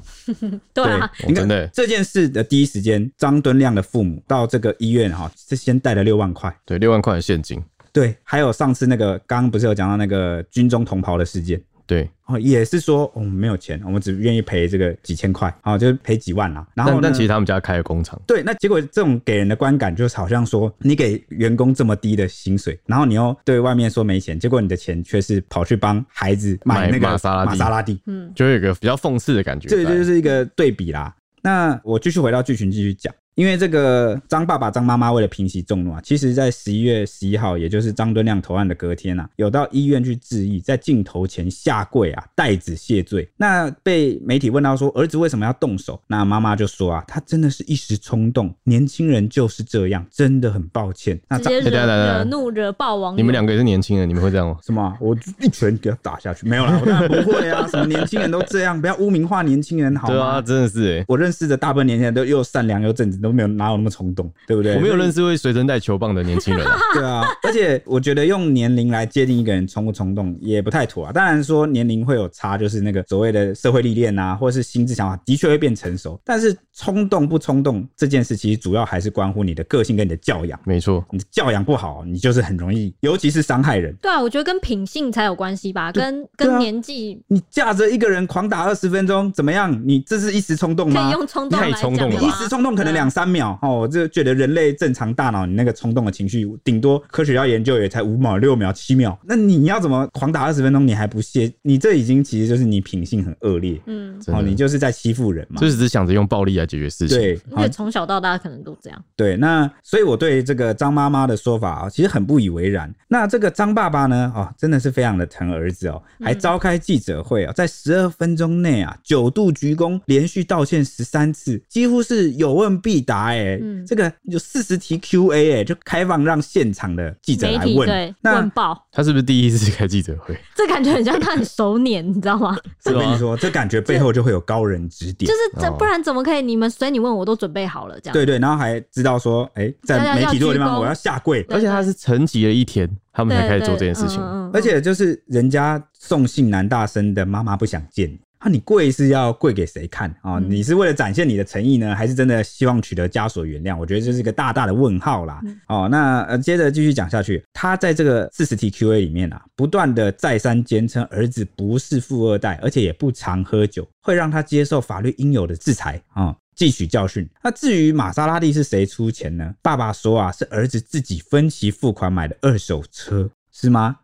Speaker 1: 对啊，
Speaker 2: 哦
Speaker 3: 你看
Speaker 2: 真的
Speaker 3: 这件事的第一时间，张敦亮的父母到这个医院哈，是先带了六万块。
Speaker 2: 对，六万块的现金，
Speaker 3: 对，还有上次那个刚刚不是有讲到那个军中同袍的事件。
Speaker 2: 对，
Speaker 3: 哦，也是说我们、没有钱，我们只愿意赔这个几千块，哦，就是赔几万啦。然后
Speaker 2: 但但
Speaker 3: 呢
Speaker 2: 其实他们家开了工厂。
Speaker 3: 对，那结果这种给人的观感就是好像说，你给员工这么低的薪水，然后你又对外面说没钱，结果你的钱却是跑去帮孩子买
Speaker 2: 买
Speaker 3: 那个
Speaker 2: 玛莎拉蒂
Speaker 3: 玛莎拉蒂，
Speaker 1: 嗯，
Speaker 2: 就有一个比较讽刺的感觉在。
Speaker 3: 这就是一个对比啦。那我继续回到剧情继续讲，因为这个张爸爸、张妈妈为了平息众怒啊，其实在十一月十一号，也就是张敦亮投案的隔天啊，有到医院去致意，在镜头前下跪啊，代子谢罪。那被媒体问到说儿子为什么要动手，那妈妈就说啊，他真的是一时冲动，年轻人就是这样，真的很抱歉。那
Speaker 1: 直
Speaker 3: 张
Speaker 1: 接惹
Speaker 2: 哎等一下等一下
Speaker 1: 惹怒惹爆网友。
Speaker 2: 你们两个也是年轻人，你们会这样吗？
Speaker 3: 什么啊、我一拳给他打下去，没有啦，我当然不会啊！什么年轻人都这样，不要污名化年轻人好吗？
Speaker 2: [LAUGHS] 对啊，真的是哎、
Speaker 3: 我认识的大部分年轻人都又善良又正直，都没有哪有那么冲动，对不对？
Speaker 2: 我没有认识会随身带球棒的年轻 [LAUGHS] 人、啊，
Speaker 3: 对啊，而且我觉得用年龄来界定一个人冲不冲动也不太妥啊。当然说年龄会有差，就是那个所谓的社会历练啊，或者是心智想法的确会变成熟，但是冲动不冲动这件事，其实主要还是关乎你的个性跟你的教养。
Speaker 2: 没错，
Speaker 3: 你教养不好，你就是很容易，尤其是伤害人。
Speaker 1: 对啊，我觉得跟品性才有关系吧，跟
Speaker 3: 对
Speaker 1: 跟
Speaker 3: 啊
Speaker 1: 年纪
Speaker 3: 你架着一个人狂打二十分钟，怎么样？你这是一时冲动
Speaker 1: 可
Speaker 3: 吗
Speaker 1: 以？用冲动
Speaker 2: 啊太
Speaker 1: 来
Speaker 2: 冲
Speaker 1: 讲的
Speaker 2: 动了
Speaker 1: 话
Speaker 3: 一时冲动可能两三秒哦，我就觉得人类正常大脑，你那个冲动的情绪，顶多科学家研究也才五秒、六秒、七秒。那你要怎么狂打二十分钟，你还不屑？你这已经其实就是你品性很恶劣，
Speaker 1: 嗯，
Speaker 2: 真
Speaker 3: 哦，
Speaker 2: 的，
Speaker 3: 你就是在欺负人嘛
Speaker 2: 就。是只想着用暴力来解决事情。，
Speaker 3: 对，
Speaker 1: 因
Speaker 3: 好
Speaker 1: 为从小到大可能都这样。
Speaker 3: 对，那所以我对这个张妈妈的说法啊，其实很不以为然。那这个张爸爸呢，哦，真的是非常的疼儿子哦，
Speaker 1: 嗯
Speaker 3: 还召开记者会啊、在十二分钟内啊，九度鞠躬，连续道歉十三次，几乎是有问必答、哎、
Speaker 1: 嗯
Speaker 3: 这个有四十题 Q&A，哎、就开放让现场的记者
Speaker 1: 媒
Speaker 3: 来
Speaker 1: 体
Speaker 3: 问
Speaker 1: 对。
Speaker 3: 那
Speaker 1: 问爆，
Speaker 2: 他是不是第一次开记者会？
Speaker 1: [LAUGHS] 这感觉很像他很熟脸，你知道吗？
Speaker 3: 我
Speaker 2: 是
Speaker 3: 跟
Speaker 2: 吗
Speaker 3: 你说，这感觉背后就会有高人指点
Speaker 1: 就。是这
Speaker 2: 哦
Speaker 1: 不然怎么可以？你们随你问我都准备好了这样。
Speaker 3: 对对，然后还知道说，哎、在
Speaker 1: 要
Speaker 3: 媒
Speaker 1: 要
Speaker 3: 体这个地
Speaker 1: 鞠
Speaker 3: 方
Speaker 1: 躬
Speaker 3: 我要下跪，
Speaker 1: 对
Speaker 2: 而且他是沉寂了一天，他们
Speaker 1: 对，
Speaker 2: 才开始做这
Speaker 1: 对
Speaker 2: 件事情。
Speaker 1: 嗯嗯嗯
Speaker 3: 而且就是人家送信男大生的妈妈不想见你。啊，你跪是要跪给谁看啊、
Speaker 1: 嗯
Speaker 3: 你是为了展现你的诚意呢，还是真的希望取得家属原谅？我觉得这是一个大大的问号啦。
Speaker 1: 嗯
Speaker 3: 哦，那呃，接着继续讲下去，他在这个四十题 Q&A 里面啊，不断的再三坚称儿子不是富二代，而且也不常喝酒，会让他接受法律应有的制裁啊。哦汲取教训。那至于玛莎拉蒂是谁出钱呢？爸爸说啊，是儿子自己分期付款 [LAUGHS] 买的二手车，是吗？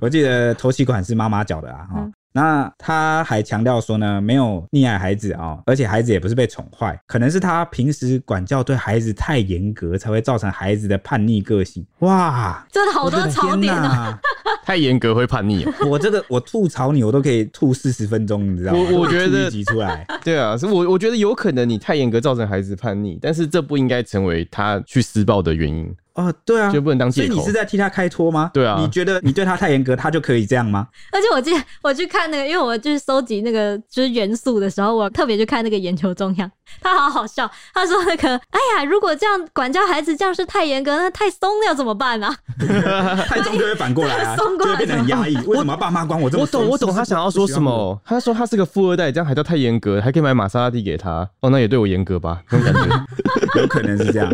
Speaker 3: 我记得头期款是妈妈缴的啊，哈、
Speaker 1: 嗯
Speaker 3: 那他还强调说呢，没有溺爱孩子啊、哦，而且孩子也不是被宠坏，可能是他平时管教对孩子太严格，才会造成孩子的叛逆个性。哇，
Speaker 1: 真的好
Speaker 3: 我
Speaker 1: 多
Speaker 3: 的
Speaker 1: 槽
Speaker 3: 天
Speaker 1: 点哦、
Speaker 3: 呐！
Speaker 2: 太严格会叛逆、哦。
Speaker 3: 我这个我吐槽你，我都可以吐四十分钟，你知道吗？
Speaker 2: 我我
Speaker 3: [LAUGHS]
Speaker 2: 觉得
Speaker 3: 吐一集出
Speaker 2: [LAUGHS]
Speaker 3: 来，
Speaker 2: 对啊，是我我觉得有可能你太严格造成孩子叛逆，但是这不应该成为他去施暴的原因，
Speaker 3: 哦，对啊
Speaker 2: 就，不能当
Speaker 3: 所
Speaker 2: 借
Speaker 3: 以你
Speaker 2: 口
Speaker 3: 是。在替他开脱吗？
Speaker 2: 对啊
Speaker 3: 你觉得你对他太严格，他就可以这样
Speaker 1: [LAUGHS]
Speaker 3: 吗？
Speaker 1: [LAUGHS] 而且我记得我去看那个，因为我就是搜集那个就是元素的时候，我特别去看那个眼球中央，他好好笑。他说那个，哎呀，如果这样管教孩子这样是太严格，那太松了要怎么办啊？
Speaker 3: 太重就会反过来
Speaker 1: [LAUGHS]
Speaker 3: 啊，
Speaker 1: 对松
Speaker 3: 就
Speaker 1: 过来
Speaker 3: 会变得很压抑。为什么爸妈管我这么
Speaker 2: 我
Speaker 3: 松？
Speaker 2: 懂，我懂他想要说什么。他说他是个富二代，这样还叫太严格，还可以买玛莎拉蒂给他。哦，那也对我严格吧，那种感
Speaker 3: [LAUGHS]
Speaker 2: 觉。
Speaker 3: 有可能是
Speaker 1: [LAUGHS]
Speaker 3: 这样。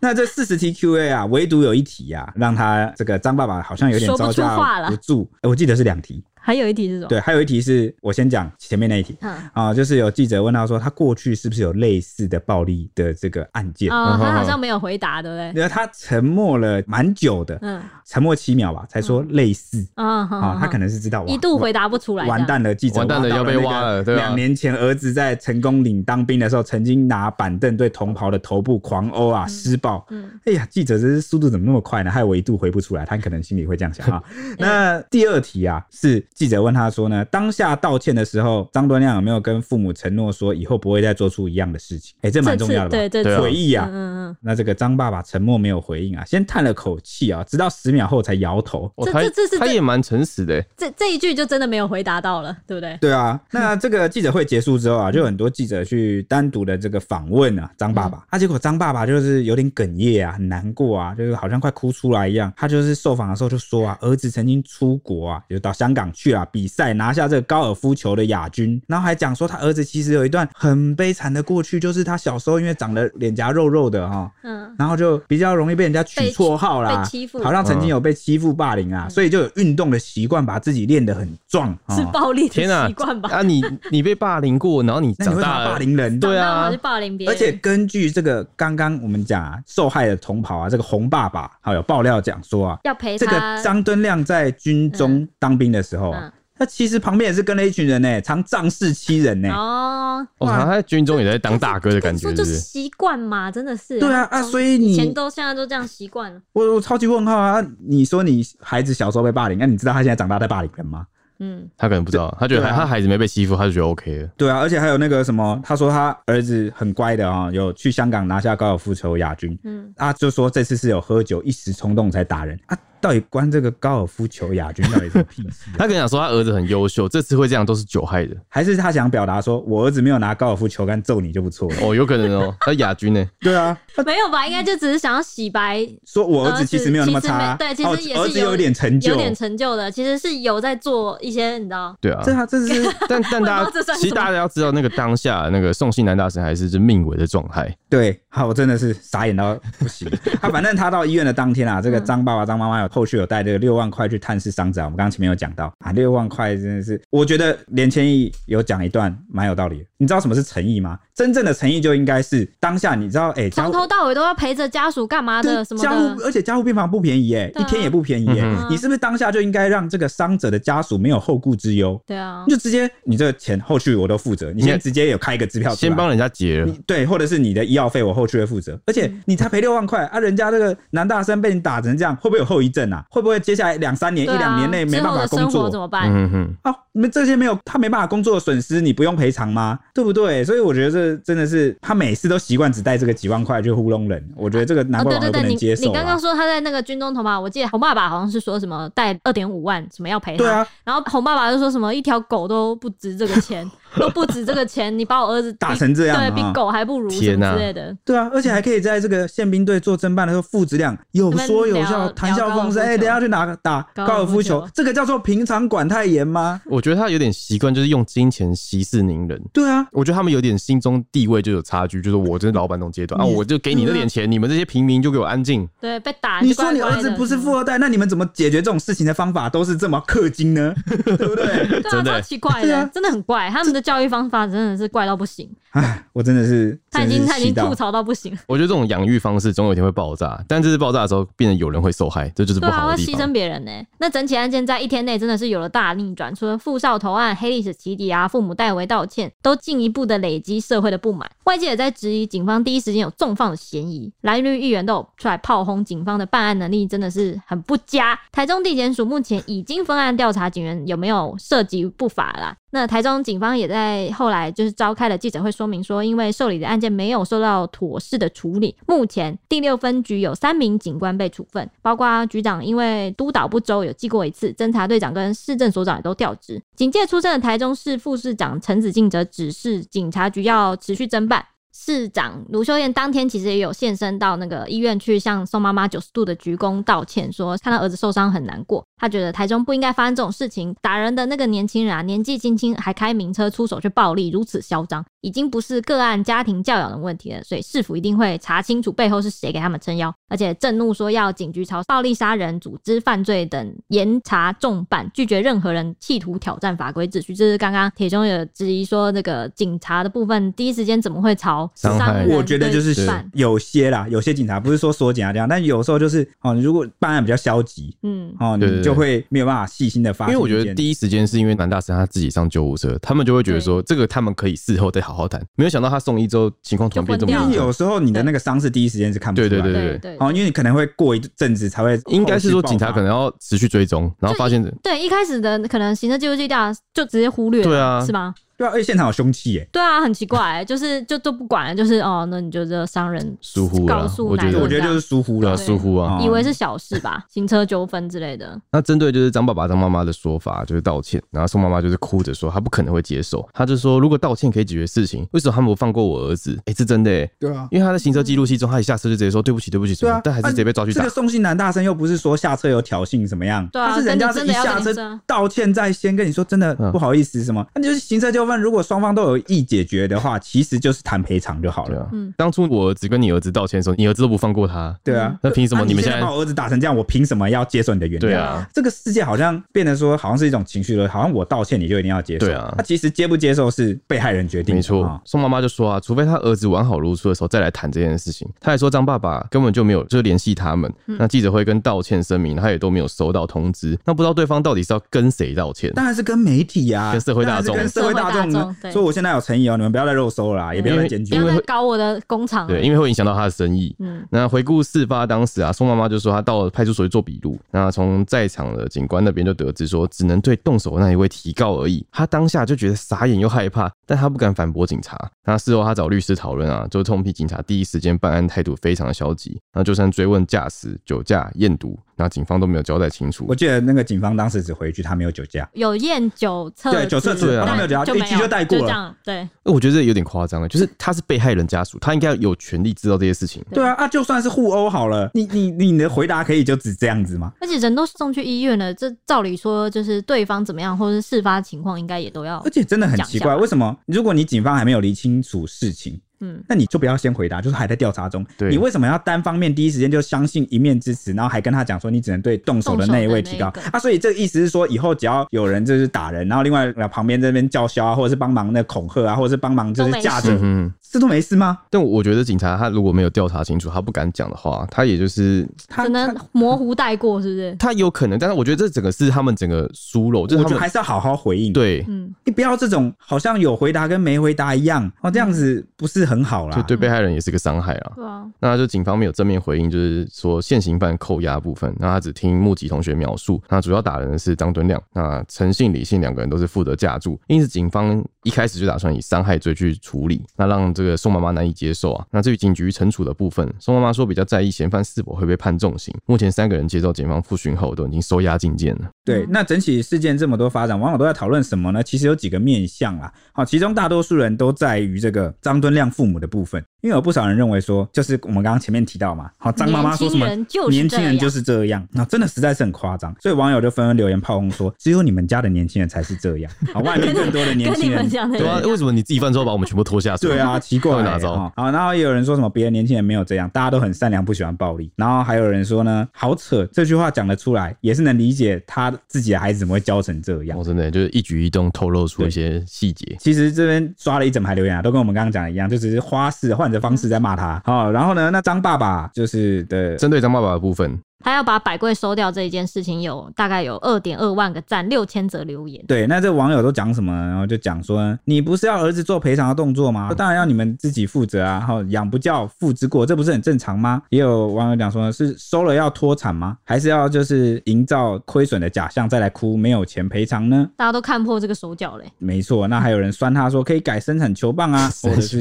Speaker 3: 那这四十题 Q&A 啊，唯独有一题啊，让他这个张爸爸好像有点
Speaker 1: 说
Speaker 3: 招
Speaker 1: 不出话
Speaker 3: 架
Speaker 1: 了
Speaker 3: 不住。呃我记得是两题，
Speaker 1: 还有一题是什么？
Speaker 3: 对，还有一题是我先讲前面那一题
Speaker 1: 嗯，
Speaker 3: 啊、就是有记者问他说，他过去是不是有类似的暴力的这个案件？
Speaker 1: 啊、
Speaker 2: 嗯
Speaker 1: 他
Speaker 2: 好
Speaker 1: 好
Speaker 2: 好
Speaker 1: 像没有回答，对不对？
Speaker 3: 然后他沉默了蛮久的，
Speaker 1: 嗯
Speaker 3: 沉默七秒吧，才说类似
Speaker 1: 嗯，好
Speaker 3: 啊、
Speaker 1: 好
Speaker 3: 他
Speaker 1: 好
Speaker 3: 可能是知道哇
Speaker 1: 一度回答不出来，
Speaker 3: 完蛋了，记者
Speaker 2: 完蛋了
Speaker 3: 到
Speaker 2: 要被
Speaker 3: 那个
Speaker 2: 挖了对啊
Speaker 3: 两年前儿子在成功岭当兵的时候，曾经拿板凳对同袍的头部狂殴啊，施暴。
Speaker 1: 这样。嗯，
Speaker 3: 哎呀，记者真是速度怎么那么快呢？害我一度回不出来，他可能心里会这样
Speaker 1: [LAUGHS]
Speaker 3: 想啊。那第二题啊，是记者问他说呢，当下道歉的时候，张端亮有没有跟父母承诺说以后不会再做出一样的事情？哎、这蛮
Speaker 1: 这
Speaker 3: 重
Speaker 1: 次
Speaker 3: 要的吧？
Speaker 1: 对这
Speaker 2: 对
Speaker 1: 次
Speaker 2: 啊
Speaker 3: 回忆啊
Speaker 1: 嗯，嗯
Speaker 3: 那这个张爸爸沉默没有回应啊，先叹了口气啊，直到十秒后才摇头。
Speaker 2: 哦
Speaker 1: 这
Speaker 2: 他
Speaker 1: 这这是
Speaker 2: 他
Speaker 1: 这
Speaker 2: 也蛮诚实的，欸
Speaker 1: 嗯，这这一句就真的没有回答到了，对不对？
Speaker 3: 对
Speaker 1: [LAUGHS]
Speaker 3: 啊，那这个记者会结束之后啊，
Speaker 1: 嗯
Speaker 3: 就有很多记者去单独的这个访问啊张
Speaker 1: 嗯
Speaker 3: 爸爸，啊，结果张爸爸就是有点哽咽啊，很难过啊，就是好像快哭出来一样。他就是受访的时候就说啊，儿子曾经出国啊，就到香港去啊比赛，拿下这个高尔夫球的亚军，然后还讲说他儿子其实有一段很悲惨的过去，就是他小时候因为长得脸颊肉肉的哈、
Speaker 1: 嗯，
Speaker 3: 然后就比较容易被人家取绰号啦，
Speaker 1: 被欺负嗯
Speaker 3: 好像曾经有被欺负霸凌啊，所以就有运动的习惯，把自己练得很壮啊。
Speaker 1: 是暴力
Speaker 2: 天
Speaker 1: 的
Speaker 2: 啊
Speaker 1: 习惯吧？
Speaker 2: 啊，你你被霸凌过，然后你
Speaker 3: 那你
Speaker 2: 长
Speaker 3: 会
Speaker 2: 大
Speaker 3: 骂
Speaker 2: 了，
Speaker 3: 霸凌人？
Speaker 2: 对啊
Speaker 1: 长大了就霸凌别
Speaker 3: 而
Speaker 1: 人，
Speaker 3: 且根据这个刚刚我们讲啊，受害的同袍啊，这个洪爸爸，还有爆料讲说啊，
Speaker 1: 要陪
Speaker 3: 这个
Speaker 1: 他
Speaker 3: 张敦亮在军中当兵的时候啊
Speaker 1: 嗯，
Speaker 3: 他其实旁边也是跟了一群人呢、常仗势欺人呢、
Speaker 1: 哦，
Speaker 2: 哦，他在军中也在当大哥的感觉，
Speaker 1: 说
Speaker 2: 是
Speaker 1: 就
Speaker 2: 不是？
Speaker 1: 习惯嘛，真的是。
Speaker 3: 对啊啊，
Speaker 1: 从
Speaker 3: 所以
Speaker 1: 哦以前
Speaker 3: 你
Speaker 1: 都现在都这样习惯了。
Speaker 3: 我我超级问号啊！你说你孩子小时候被霸凌，那、你知道他现在长大在霸凌人吗？
Speaker 1: 嗯，
Speaker 2: 他可能不知道，他觉得
Speaker 3: 对啊
Speaker 2: 他他孩子没被欺负，他就觉得 OK 了。
Speaker 3: 对啊，而且还有那个什么，他说他儿子很乖的啊、有去香港拿下高尔夫球亚军。
Speaker 1: 嗯
Speaker 3: 嗯，啊，就说这次是有喝酒一时冲动才打人啊，到底关这个高尔夫球亚军到底什么屁事、啊？
Speaker 2: 他可能想说他儿子很优秀，这次会这样都是酒
Speaker 1: [LAUGHS]
Speaker 2: 害的
Speaker 3: 还是他想表达说我儿子没有拿高尔夫球杆揍你就不错了？
Speaker 2: 哦，有可能哦。他亚军呢？
Speaker 3: 对啊，他
Speaker 1: 没有吧？应该就只是想要洗白，
Speaker 3: 说我儿子其实没有那么差，
Speaker 1: 儿子其实没对其实也是
Speaker 3: 哦、儿子
Speaker 1: 有
Speaker 3: 有点成就
Speaker 1: 有，点成就的，其实是有在做一些，你知道，
Speaker 2: 对啊。
Speaker 3: 对啊， [LAUGHS] 这是
Speaker 2: 但但大
Speaker 1: 我也不知道这
Speaker 2: 家
Speaker 1: 算
Speaker 2: 其实
Speaker 1: 什么
Speaker 2: 大家要知道，那个当下那个宋姓男大神还是就命为的状态，
Speaker 3: 对，好，我真的是傻眼到
Speaker 1: [LAUGHS]
Speaker 3: 不行。他反正他到医院的当天啊，这个
Speaker 1: 嗯
Speaker 3: 张爸爸、张妈妈有后续有带这个六万块去探视伤者啊，我们刚刚前面有讲到啊，六万块真的是，我觉得连千亿有讲一段蛮有道理的。你知道什么是诚意吗？真正的诚意就应该是当下，你知道，哎、家
Speaker 1: 从
Speaker 3: 务
Speaker 1: 头到尾都要陪着家属干嘛的
Speaker 3: 对
Speaker 1: 什么
Speaker 3: 家务，
Speaker 1: 的。
Speaker 3: 而且家务病房不便宜哎、
Speaker 1: 对啊
Speaker 3: 一天也不便宜哎、
Speaker 2: 嗯
Speaker 1: 哼
Speaker 3: 你是不是当下就应该让这个伤者的家属没有后顾之忧？
Speaker 1: 对啊
Speaker 3: 你，就直接你这个钱后续我都负责，你先
Speaker 2: 你
Speaker 3: 直接有开一个支票出来，
Speaker 2: 先帮人家结了
Speaker 3: 你。对，或者是你的医药费我后续会负责，
Speaker 1: 嗯
Speaker 3: 而且你才赔六万块啊，人家这个男大生被你打成这样，会不会有后遗症啊？会不会接下来两三年、
Speaker 1: 对
Speaker 3: 一两
Speaker 1: 啊，
Speaker 3: 年内没
Speaker 1: 之
Speaker 3: 办
Speaker 1: 后
Speaker 3: 法
Speaker 1: 的
Speaker 3: 工
Speaker 1: 生活怎
Speaker 3: 作？
Speaker 1: 么办？
Speaker 2: 嗯哼，
Speaker 3: 啊，你们这些没有他没办法工作的损失，你不用赔偿吗？对不对？所以我觉得这真的是他每次都习惯只带这个几万块去糊弄人，我觉得这个
Speaker 1: 哦，
Speaker 3: 难怪
Speaker 1: 对
Speaker 3: 网
Speaker 1: 对
Speaker 3: 友不
Speaker 1: 对，
Speaker 3: 能
Speaker 1: 你
Speaker 3: 接受、
Speaker 1: 你刚刚
Speaker 3: 啊。
Speaker 1: 说他在那个军中头嘛，我记得洪爸爸好像是说什么带二点五万，什么要赔他。
Speaker 3: 对啊，
Speaker 1: 然后洪爸爸就说什么一条狗都不值这个
Speaker 3: [LAUGHS]
Speaker 1: 钱，都不值这个钱，你把我儿子
Speaker 3: 打
Speaker 1: 逼
Speaker 3: 成这样
Speaker 1: 对比
Speaker 3: 啊
Speaker 1: 狗还不如什
Speaker 2: 天
Speaker 1: 么
Speaker 2: 哪
Speaker 1: 之类的。
Speaker 3: 对啊，而且还可以在这个宪兵队做侦办的时候，父子俩有说有
Speaker 1: 那
Speaker 3: 笑，
Speaker 1: 聊
Speaker 3: 谈笑风生。
Speaker 1: 聊高尔夫
Speaker 3: 哎、
Speaker 1: 球
Speaker 3: 等一下去哪个打
Speaker 1: 高尔夫
Speaker 3: 高尔夫球
Speaker 1: 球？
Speaker 3: 这个叫做平常管太严吗？
Speaker 2: 我觉得他有点习惯，就是用金钱息事宁人。
Speaker 3: 对啊，
Speaker 2: 我觉得他们有点心中地位就有差距，就是我这是老板那种阶段啊，
Speaker 1: 嗯
Speaker 3: 你
Speaker 2: 我就给你那点钱，你们这些平民就给我安静。
Speaker 1: 对，被打。
Speaker 3: 你说你儿子不是富
Speaker 1: 富，
Speaker 3: 二代，那你们怎么解决这种事情的方法都是这么氪
Speaker 1: [LAUGHS]
Speaker 3: 金呢？对不对？
Speaker 1: 对啊，
Speaker 2: 真
Speaker 1: 超
Speaker 2: 的
Speaker 1: 奇怪
Speaker 3: 对
Speaker 1: 的
Speaker 3: 啊，
Speaker 1: 真的很怪。他们的教育方法真的是怪到不行。
Speaker 3: 唉，我真的是
Speaker 1: 他已
Speaker 3: 真
Speaker 1: 经
Speaker 3: 是
Speaker 1: 他已经
Speaker 3: 气到
Speaker 1: 吐槽到不行了，
Speaker 2: 我觉得这种养育方式总有一天会爆炸，但这次爆炸的时候，变成有人会受害，这就是不
Speaker 1: 对啊，
Speaker 2: 好
Speaker 1: 会
Speaker 2: 的地
Speaker 1: 牺
Speaker 2: 方。
Speaker 1: 牲别人呢、那整起案件在一天内真的是有了大逆转，除了富少投案、黑历史起底啊、父母代为道歉，都进一步的累积社会的不满。外界也在质疑警方第一时间有重放的嫌疑，蓝绿议员都有出来炮轰警方的办案能力真的是很不佳。台中地检署目前已经分案调查警员有没有涉及不法啦。那台中警方也在后来就是召开了记者会，说明说，因为受理的案件没有受到妥适的处理，目前第六分局有三名警官被处分，包括局长因为督导不周有记过一次，侦查队长跟市政所长也都调职。警界出身的台中市副市长陈子敬则指示警察局要持续侦办。市长卢秀燕当天其实也有现身到那个医院去向宋妈妈九十度的鞠躬道歉，说看到儿子受伤很难过，她觉得台中不应该发生这种事情，打人的那个年轻人啊，年纪轻轻还开名车出手去暴力，如此嚣张，已经不是个案家庭教养的问题了，所以市府一定会查清楚背后是谁给他们撑腰，而且震怒说要警局朝暴力杀人、组织犯罪等严查重办，拒绝任何人企图挑战法规秩序。这是刚刚铁兄有质疑说，那个警察的部分第一时间怎么会朝
Speaker 2: 伤害
Speaker 1: 人
Speaker 2: 对
Speaker 3: 我觉得就是
Speaker 1: 对犯
Speaker 3: 有些啦，有些警察不是说所有警察这样，但有时候就是哦，你如果办案比较消极
Speaker 1: 嗯，
Speaker 3: 哦，
Speaker 2: 对对
Speaker 3: 你
Speaker 2: 对
Speaker 3: 就会没有办法细心的发
Speaker 2: 因
Speaker 3: 现
Speaker 2: 为
Speaker 3: 一件。
Speaker 2: 我觉得第一时间是因为南大生他自己上救护车，他们就会觉得说这个他们可以事后再好好谈。没有想到他送医之后情况突然变这么
Speaker 1: 就昏
Speaker 3: 因
Speaker 2: 严
Speaker 3: 为
Speaker 1: 掉了，
Speaker 2: 重
Speaker 3: 有时候你的那个伤是第一时间是看不出
Speaker 2: 对
Speaker 3: 来的，
Speaker 2: 对对
Speaker 1: 对
Speaker 2: 对对，
Speaker 1: 对
Speaker 3: 哦，因为你可能会过一阵子才会，
Speaker 2: 应该是说警察可能要持续追踪，然后发现
Speaker 1: 对，一开始的可能行车记录记调就直接忽略了，
Speaker 2: 对啊
Speaker 1: 是吗？
Speaker 3: 对啊，而且现场有凶器耶，
Speaker 1: 对啊，很奇怪、就是就都不管了，就是哦，那你就这伤人
Speaker 2: 疏忽
Speaker 1: 告
Speaker 2: 了
Speaker 1: 诉
Speaker 2: 我觉
Speaker 1: 男
Speaker 2: 对
Speaker 1: 人
Speaker 2: 得
Speaker 3: 我觉得
Speaker 1: 这
Speaker 3: 就
Speaker 1: 样
Speaker 3: 是疏忽
Speaker 2: 对啊
Speaker 3: 了。
Speaker 2: 疏忽啊。
Speaker 3: 哦
Speaker 1: 以为是小事吧，
Speaker 3: [LAUGHS]
Speaker 1: 行车纠纷之类的。
Speaker 2: 那针对就是张爸爸、张妈妈的说法，就是道歉，然后宋妈妈就是哭着说她不可能会接受，她就说如果道歉可以解决事情，为什么他们不放过我儿子？哎，是真的哎，
Speaker 3: 对啊，
Speaker 2: 因为他在行车记录器中，他一下车就直接说对不起，对不起什
Speaker 3: 对
Speaker 2: 么
Speaker 3: 啊，
Speaker 2: 但还是直接被抓去
Speaker 3: 这
Speaker 2: 打
Speaker 3: 个。宋姓男大生又不是说下车有挑衅怎么样，
Speaker 1: 对啊
Speaker 3: 他是人家是
Speaker 1: 真
Speaker 3: 一
Speaker 1: 的真的
Speaker 3: 下
Speaker 1: 要跟你
Speaker 3: 车
Speaker 1: 说
Speaker 3: 道歉再先跟你说真的
Speaker 2: 嗯
Speaker 3: 不好意思什么，那就是行车纠纷，如果双方都有意解决的话，其实就是谈赔偿就好
Speaker 2: 对
Speaker 3: 了。
Speaker 2: 啊
Speaker 1: 嗯，
Speaker 2: 当初我儿子跟你儿子道歉的时候，你儿子都不放过他，
Speaker 3: 对啊，
Speaker 2: 嗯那凭什么
Speaker 3: 啊
Speaker 2: 你们
Speaker 3: 现
Speaker 2: 现在
Speaker 3: 把我儿子打成这样，我凭什么要接受你的原
Speaker 2: 对
Speaker 3: 谅？
Speaker 2: 啊，
Speaker 3: 这个世界好像变得说，好像是一种情绪了，好像我道歉你就一定要接受。
Speaker 2: 对啊
Speaker 3: 那其实接不接受是被害人决定的。
Speaker 2: 没错
Speaker 3: 啊，
Speaker 2: 宋妈妈就说啊，除非他儿子完好如初的时候再来谈这件事情。他还说张爸爸根本就没有就是联系他们，那记者会跟道歉声明，他也都没有收到通知。那不知道对方到底是要跟谁道歉？
Speaker 3: 当然是跟媒体啊，
Speaker 2: 跟社会大众
Speaker 3: 当然是跟社会大众
Speaker 1: 社会大众
Speaker 3: 呢。
Speaker 1: 对
Speaker 3: 所以我现在有诚意哦，你们不要再肉搜了啦，也不要再检
Speaker 1: 不
Speaker 3: 举
Speaker 2: 因
Speaker 1: 要
Speaker 2: 为
Speaker 3: 了。
Speaker 1: 再搞我的工厂了。
Speaker 2: 对，因为会影响到他的生意。
Speaker 1: 嗯，
Speaker 2: 那回顾事发当时啊，宋妈妈就说她到了派出所去做笔录，那从在场的警官那边就得知说，只能对动手的那一位提告而已。她当下就觉得傻眼又害怕，但她不敢反驳警察。那事后她找律师讨论啊，就痛批警察第一时间办案态度非常的消极，那就算追问驾驶、酒驾、验毒，那警方都没有交代清楚
Speaker 3: 我。记得那个警方当时只回一句他没有酒驾，
Speaker 1: 有验酒测
Speaker 3: 对酒测纸
Speaker 2: 对啊
Speaker 1: 但
Speaker 2: 他
Speaker 3: 没有讲
Speaker 1: 就
Speaker 3: 一句就带过了
Speaker 1: 就这样对，
Speaker 2: 呃我觉得这有点夸张了，就是她是被害人家属，她应该有权利知道这些事情。
Speaker 1: 对
Speaker 3: 对啊，啊，就算是互殴好了，你你你的回答可以就只这样子吗？
Speaker 1: 而且人都送去医院了，这照理说就是对方怎么样，或是事发情况，应该也都要
Speaker 3: 而且真的很奇
Speaker 1: 哦讲一
Speaker 3: 怪，
Speaker 1: 下吧
Speaker 3: 为什么如果你警方还没有理清楚事情，
Speaker 1: 嗯。
Speaker 3: 那你就不要先回答，就是还在调查中。
Speaker 2: 对
Speaker 3: 你为什么要单方面第一时间就相信一面之词，然后还跟他讲说你只能对动手的那一位提高
Speaker 1: 动手的那一
Speaker 3: 啊？所以这个意思是说，以后只要有人就是打人，然后另外旁边这边叫嚣啊，或者是帮忙那恐吓啊，或者是帮忙就
Speaker 1: 都
Speaker 3: 是
Speaker 1: 没
Speaker 3: 架
Speaker 1: 事
Speaker 3: 着
Speaker 2: 嗯，哼，
Speaker 3: 这都没事吗？
Speaker 2: 但我觉得警察他如果没有调查清楚，他不敢讲的话，他也就是
Speaker 3: 他
Speaker 1: 只能
Speaker 3: 他
Speaker 1: 模糊带过，是不是？
Speaker 2: 他有可能，但是我觉得这整个是他们整个疏漏，就是
Speaker 3: 我
Speaker 2: 他
Speaker 3: 觉得
Speaker 2: 们
Speaker 3: 还是要好好回应。，
Speaker 2: 对、
Speaker 1: 嗯，
Speaker 3: 你不要这种好像有回答跟没回答一样哦，这样子不是很好啦。
Speaker 2: 嗯就对被害人也是个伤害啊。
Speaker 3: 嗯
Speaker 1: 对啊，
Speaker 2: 那就警方没有正面回应，就是说现行犯扣押部分，那他只听目击同学描述，那主要打人的是张敦亮，那陈信、李信两个人都是负责架住，因此警方一开始就打算以伤害罪去处理，那让这个宋妈妈难以接受啊。那至于警局惩处的部分，宋妈妈说比较在意嫌犯是否会被判重刑，目前三个人接受检方复讯后都已经收押禁见了。
Speaker 3: 对，那整起事件这么多发展，网友都在讨论什么呢？其实有几个面向啦。好，其中大多数人都在于这个张敦亮父母的部分，因为有不少人认为说，就是我们刚刚前面提到嘛，好，张妈妈说什么
Speaker 1: 年轻人就是
Speaker 3: 年轻人
Speaker 1: 这样
Speaker 3: 就是这样，那、真的实在是很夸哦
Speaker 1: [LAUGHS]
Speaker 3: 张，所以网友就纷纷留言炮轰说，只有你们家的年轻人才是这样，好，外面更多的年轻人
Speaker 1: 讲的一
Speaker 2: 对啊
Speaker 1: 样，，
Speaker 2: 为什么你自己犯错把我们全部拖下水？
Speaker 3: 对啊， [LAUGHS] 奇怪、
Speaker 2: 到
Speaker 3: 欸。
Speaker 2: 底哪招
Speaker 3: 哦好，然后也有人说什么别的年轻人没有这样，大家都很善良，不喜欢暴力。然后还有人说呢，好扯，这句话讲得出来，也是能理解他自己的孩子怎么会教成这样
Speaker 2: 哦，。真的就是一举一动透露出一些细节。
Speaker 3: 其实这边刷了一整排留言啊，都跟我们刚刚讲的一样，就只是花式换着方式在骂他。好、然后呢，那张爸爸就是的，
Speaker 2: 针对张爸爸的部分，
Speaker 1: 他要把百贵收掉这一件事情，有大概有二点二万个赞，六千则留言。
Speaker 3: 对，那这网友都讲什么呢？然后就讲说，你不是要儿子做赔偿的动作吗？当然要你们自己负责啊！哈，养不教，父之过，这不是很正常吗？也有网友讲说，是收了要脱产吗？还是要就是营造亏损的假象再来哭，没有钱赔偿呢？
Speaker 1: 大家都看破这个手脚嘞，
Speaker 3: 没错，那还有人酸他说可以改生产球棒啊，或者 [LAUGHS] 是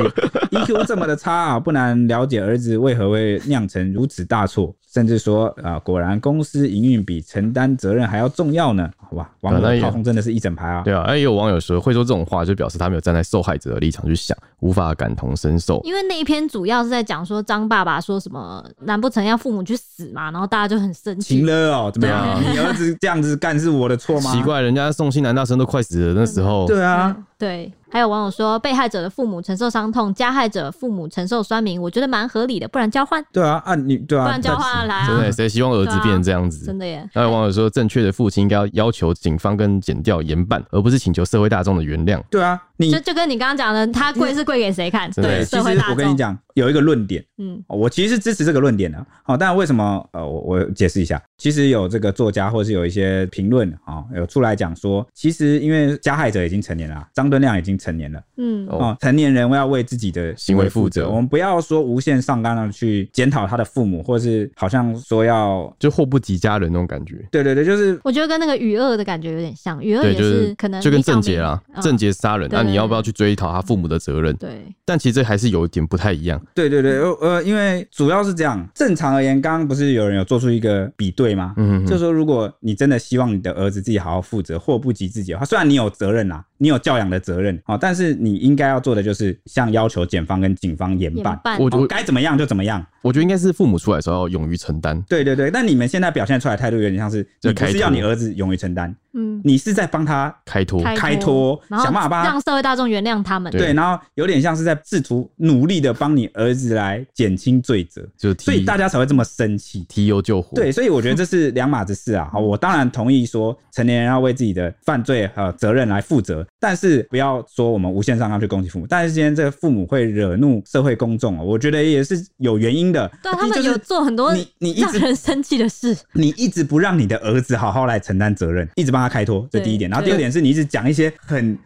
Speaker 3: EQ 这么的差啊，不难了解儿子为何会酿成如此大错，甚至说啊、果然公司营运比承担责任还要重要呢。哇，网
Speaker 2: 啊那也
Speaker 3: 友炮轰真的是一整排啊！
Speaker 2: 对啊，哎，也有网友说会说这种话，就表示他没有站在受害者的立场去想，无法感同身受。
Speaker 1: 因为那一篇主要是在讲说张爸爸说什么，难不成要父母去死吗？然后大家就很生气
Speaker 3: 情，了哦，怎
Speaker 1: [LAUGHS]
Speaker 3: 么样？
Speaker 2: 对
Speaker 3: 你儿子这样子干是我的错吗？
Speaker 2: 奇，怪，人家宋庆南大生都快死了，那时候
Speaker 3: 对啊，
Speaker 1: 对，还有网友说，被害者的父母承受伤痛，加害者父母承受酸民，我觉得蛮合理的，不然交换，
Speaker 3: 对啊，啊你对
Speaker 1: 不
Speaker 3: 啊
Speaker 1: 然，交换啊来
Speaker 2: 真的
Speaker 1: 啊，
Speaker 2: 谁希望儿子
Speaker 1: 对啊
Speaker 2: 变成这样子
Speaker 1: 真？的耶。
Speaker 2: 那有网友说，正确的父亲应该要要求警方跟检调严办，而不是请求社会大众的原谅。
Speaker 3: 对啊，你
Speaker 1: 就就跟你刚刚讲的，他跪是跪给谁看？
Speaker 2: 真的
Speaker 1: 对，
Speaker 2: 耶
Speaker 3: 其
Speaker 1: 社会
Speaker 3: 实
Speaker 1: 大
Speaker 3: 我跟你
Speaker 1: 众。
Speaker 3: 讲，有一个论点，哦
Speaker 1: 嗯，
Speaker 3: 我其实是支持这个论点的。好、但为什么？呃，我我解释一下，其实有这个作家或是有一些评论啊，哦有出来讲说，其实因为加害者已经成年了啊，张敦亮已经成年了，
Speaker 1: 嗯，
Speaker 2: 哦
Speaker 3: 哦，成年人要为自己的
Speaker 2: 行为负责
Speaker 3: 我们不要说无限上纲的去检讨他的父母，或是好像说要。
Speaker 2: 就祸不及家人那种感觉。
Speaker 3: 对对对，就是
Speaker 1: 我觉得跟那个余恶的感觉有点像，余恶
Speaker 2: 对，
Speaker 1: 也
Speaker 2: 就是
Speaker 1: 可能
Speaker 2: 就跟
Speaker 1: 李小
Speaker 2: 郑杰
Speaker 1: 明
Speaker 2: 啦，
Speaker 1: 嗯
Speaker 2: 郑杰杀人，
Speaker 1: 对
Speaker 2: 那你要不要去追讨他父母的责任？
Speaker 1: 对
Speaker 2: 但其实这还是有一点不太一样。
Speaker 3: 对对对，呃呃，因为主要是这样，正常而言，刚刚不是有人有做出一个比对吗？
Speaker 2: 嗯哼哼
Speaker 3: 就说如果你真的希望你的儿子自己好好负责，祸不及自己的话，虽然你有责任啦、你有教养的责任哦，但是你应该要做的就是像要求检方跟警方严
Speaker 1: 研
Speaker 3: 办，
Speaker 1: 办
Speaker 2: 我
Speaker 3: 哦该怎么样就怎么样。
Speaker 2: 我觉得应该是父母出来的时候要勇于承担，
Speaker 3: 对对对，但你们现在表现出来的态度有点像是，
Speaker 2: 就
Speaker 3: 你不
Speaker 2: 开
Speaker 3: 是
Speaker 2: 脱
Speaker 3: 要你儿子勇于承担，
Speaker 1: 嗯，
Speaker 3: 你是在帮他
Speaker 2: 开脱。
Speaker 3: 开脱
Speaker 1: 然后
Speaker 3: 想办法把他
Speaker 1: 让社会大众原谅他们。
Speaker 2: 对
Speaker 3: 对，然后有点像是在试图努力的帮你儿子来减轻罪责，
Speaker 2: 就
Speaker 3: 所以
Speaker 2: 提
Speaker 3: 大家才会这么生气。
Speaker 2: 提油救火。
Speaker 3: 对，，所以我觉得这是两码子事
Speaker 1: [LAUGHS]
Speaker 3: 啊。好，我当然同意说成年人要为自己的犯罪和责任来负责，但是不要说我们无限上纲去攻击父母。但是今天这个父母会惹怒社会公众哦，我觉得也是有原因的。
Speaker 1: 对
Speaker 3: 第一
Speaker 1: 啊他们
Speaker 3: 就是
Speaker 1: 有做很多
Speaker 3: 你你一
Speaker 1: 让
Speaker 3: 直
Speaker 1: 人生气的事，
Speaker 3: 你一直不让你的儿子好好来承担责任，一直帮他开脱，这
Speaker 1: 对
Speaker 3: 第一点。然后
Speaker 1: 对
Speaker 3: 第二点是你一直讲一些很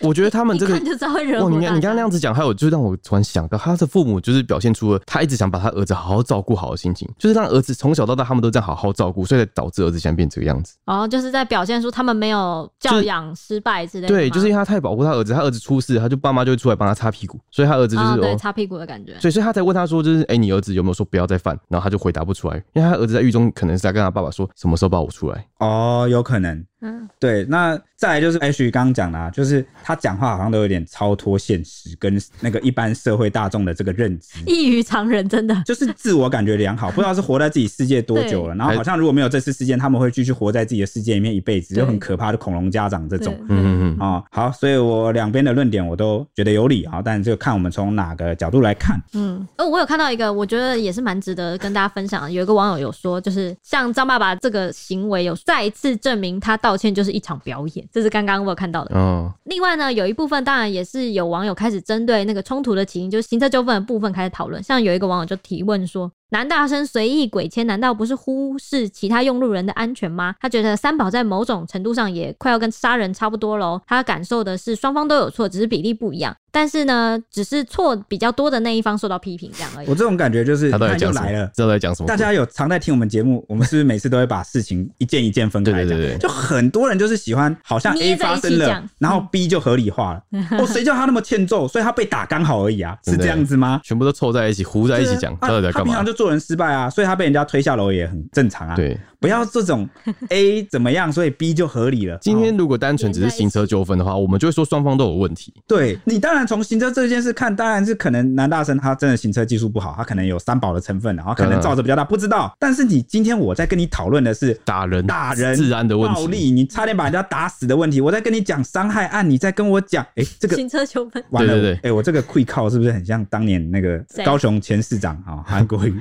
Speaker 2: 我觉得他们
Speaker 1: 一
Speaker 2: 这个
Speaker 1: 看就知道会惹
Speaker 2: 哇，
Speaker 1: 火
Speaker 2: 你
Speaker 1: 大
Speaker 2: 你
Speaker 1: 家。
Speaker 2: 刚刚那样子讲，还有就让我突然想到，他的父母就是表现出了他一直想把他儿子好好照顾好的心情，就是让儿子从小到大他们都这样好好照顾，所以才导致儿子现在变这个样子。
Speaker 1: 然后哦就是在表现出他们没有教养失败之类的吗。
Speaker 2: 对，就是因为他太保护他儿子，他儿子出事，他就爸妈就会出来帮他擦屁股，所以他儿子就是、
Speaker 1: 啊，对，
Speaker 2: 哦。
Speaker 1: 擦屁股的感觉。
Speaker 2: 所以，所以他才问他说，就是，哎、你儿子有没有说不要再犯？然后他就回答不出来，因为他儿子在狱中可能是在跟他爸爸说，什么时候把我出来？
Speaker 3: 哦，有可能。
Speaker 1: 嗯，
Speaker 3: 对，那再来就是 H 刚刚讲的、啊，就是他讲话好像都有点超脱现实，跟那个一般社会大众的这个认知。
Speaker 1: 异于常人，真的。
Speaker 3: 就是自我感觉良好，不知道是活在自己世界多久了。然后好像如果没有这次事件，他们会继续活在自己的世界里面一辈子，
Speaker 1: 对
Speaker 3: 就很可怕的恐龙家长这种
Speaker 1: 对。
Speaker 2: 嗯嗯嗯，
Speaker 3: 啊、好，所以我两边的论点我都觉得有理啊，但就看我们从哪个角度来看。
Speaker 1: 嗯，哦，我有看到一个，我觉得也是蛮值得跟大家分享的。有一个网友有说，就是像张爸爸这个行为，有再一次证明他道歉就是一场表演，这是刚刚我有看到的。
Speaker 2: 哦，
Speaker 1: 另外呢，有一部分当然也是有网友开始针对那个冲突的起因，就是行车纠纷的部分开始讨论。像有一个网友就提问说：“男大生随意鬼牵，难道不是忽视其他用路人的安全吗？”他觉得三宝在某种程度上也快要跟杀人差不多喽。他感受的是双方都有错，只是比例不一样。但是呢，只是错比较多的那一方受到批评这样而已
Speaker 3: 我。这种感觉就是，
Speaker 2: 他到底
Speaker 3: 看又
Speaker 2: 讲什
Speaker 3: 来
Speaker 2: 么
Speaker 3: 了？。
Speaker 2: 知道在讲什么？
Speaker 3: 大家有常在听我们节目，我们是不是每次都会把事情一件一件分开讲？
Speaker 2: 对对对对
Speaker 3: 就很多人就是喜欢，好像 A
Speaker 1: 捏在
Speaker 3: 发
Speaker 1: 一起
Speaker 3: 生了
Speaker 1: 讲，
Speaker 3: 然后 B 就合理化
Speaker 1: [LAUGHS]
Speaker 3: 了。哦，谁叫他那么欠揍，所以他被打刚好而已啊，是
Speaker 2: 真的
Speaker 3: 这样子吗？
Speaker 2: 全部都凑在一起，糊在一起讲，
Speaker 3: 对啊
Speaker 2: 到底在
Speaker 3: 他
Speaker 2: 干
Speaker 3: 平
Speaker 2: 嘛
Speaker 3: 常？就做做人失败啊，所以他被人家推下楼也很正常啊。，
Speaker 2: 对，
Speaker 3: 不要
Speaker 1: [LAUGHS]
Speaker 3: 这种 A 怎么样，所以 B 就合理了。
Speaker 2: 今
Speaker 3: 哦
Speaker 2: 天如果单纯只是行车纠纷的话，我们就会说双方都有问题。
Speaker 3: 对你当然从行车这件事看，当然是可能男大生他真的行车技术不好，他可能有三宝的成分，然后可能
Speaker 2: 嗯
Speaker 3: 造子比较大，不知道。但是你今天我在跟你讨论的是
Speaker 2: 打人、
Speaker 3: 打人
Speaker 2: 治安的问
Speaker 3: 暴
Speaker 2: 题，
Speaker 3: 力，你差点把人家打死的问题，我在跟你讲伤害案，你在跟我讲，哎、这个
Speaker 1: 行车纠 [LAUGHS] 纷，
Speaker 3: 完了，
Speaker 2: 对对
Speaker 3: 哎、我这个会靠是不是很像当年那个
Speaker 1: 谁
Speaker 3: 高雄前市
Speaker 2: [LAUGHS]
Speaker 3: 长啊、韩国瑜？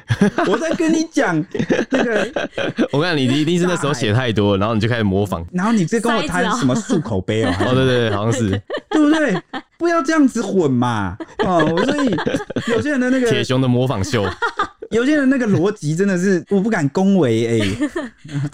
Speaker 3: 我在跟你讲那个，
Speaker 2: [LAUGHS] 我跟你讲，你一定是那时候写太多，然后你就开始模仿。
Speaker 3: 然后你这跟我
Speaker 1: 塞子
Speaker 3: 谈
Speaker 1: 哦
Speaker 3: 什么漱口杯哦，还是
Speaker 2: 哦，对对对，好像是
Speaker 3: [LAUGHS] 对不对？不要这样子混嘛！哦，我所以有些人的那个，
Speaker 2: 铁熊的模仿秀，
Speaker 3: 有些人那个逻辑真的是我不敢恭维哎、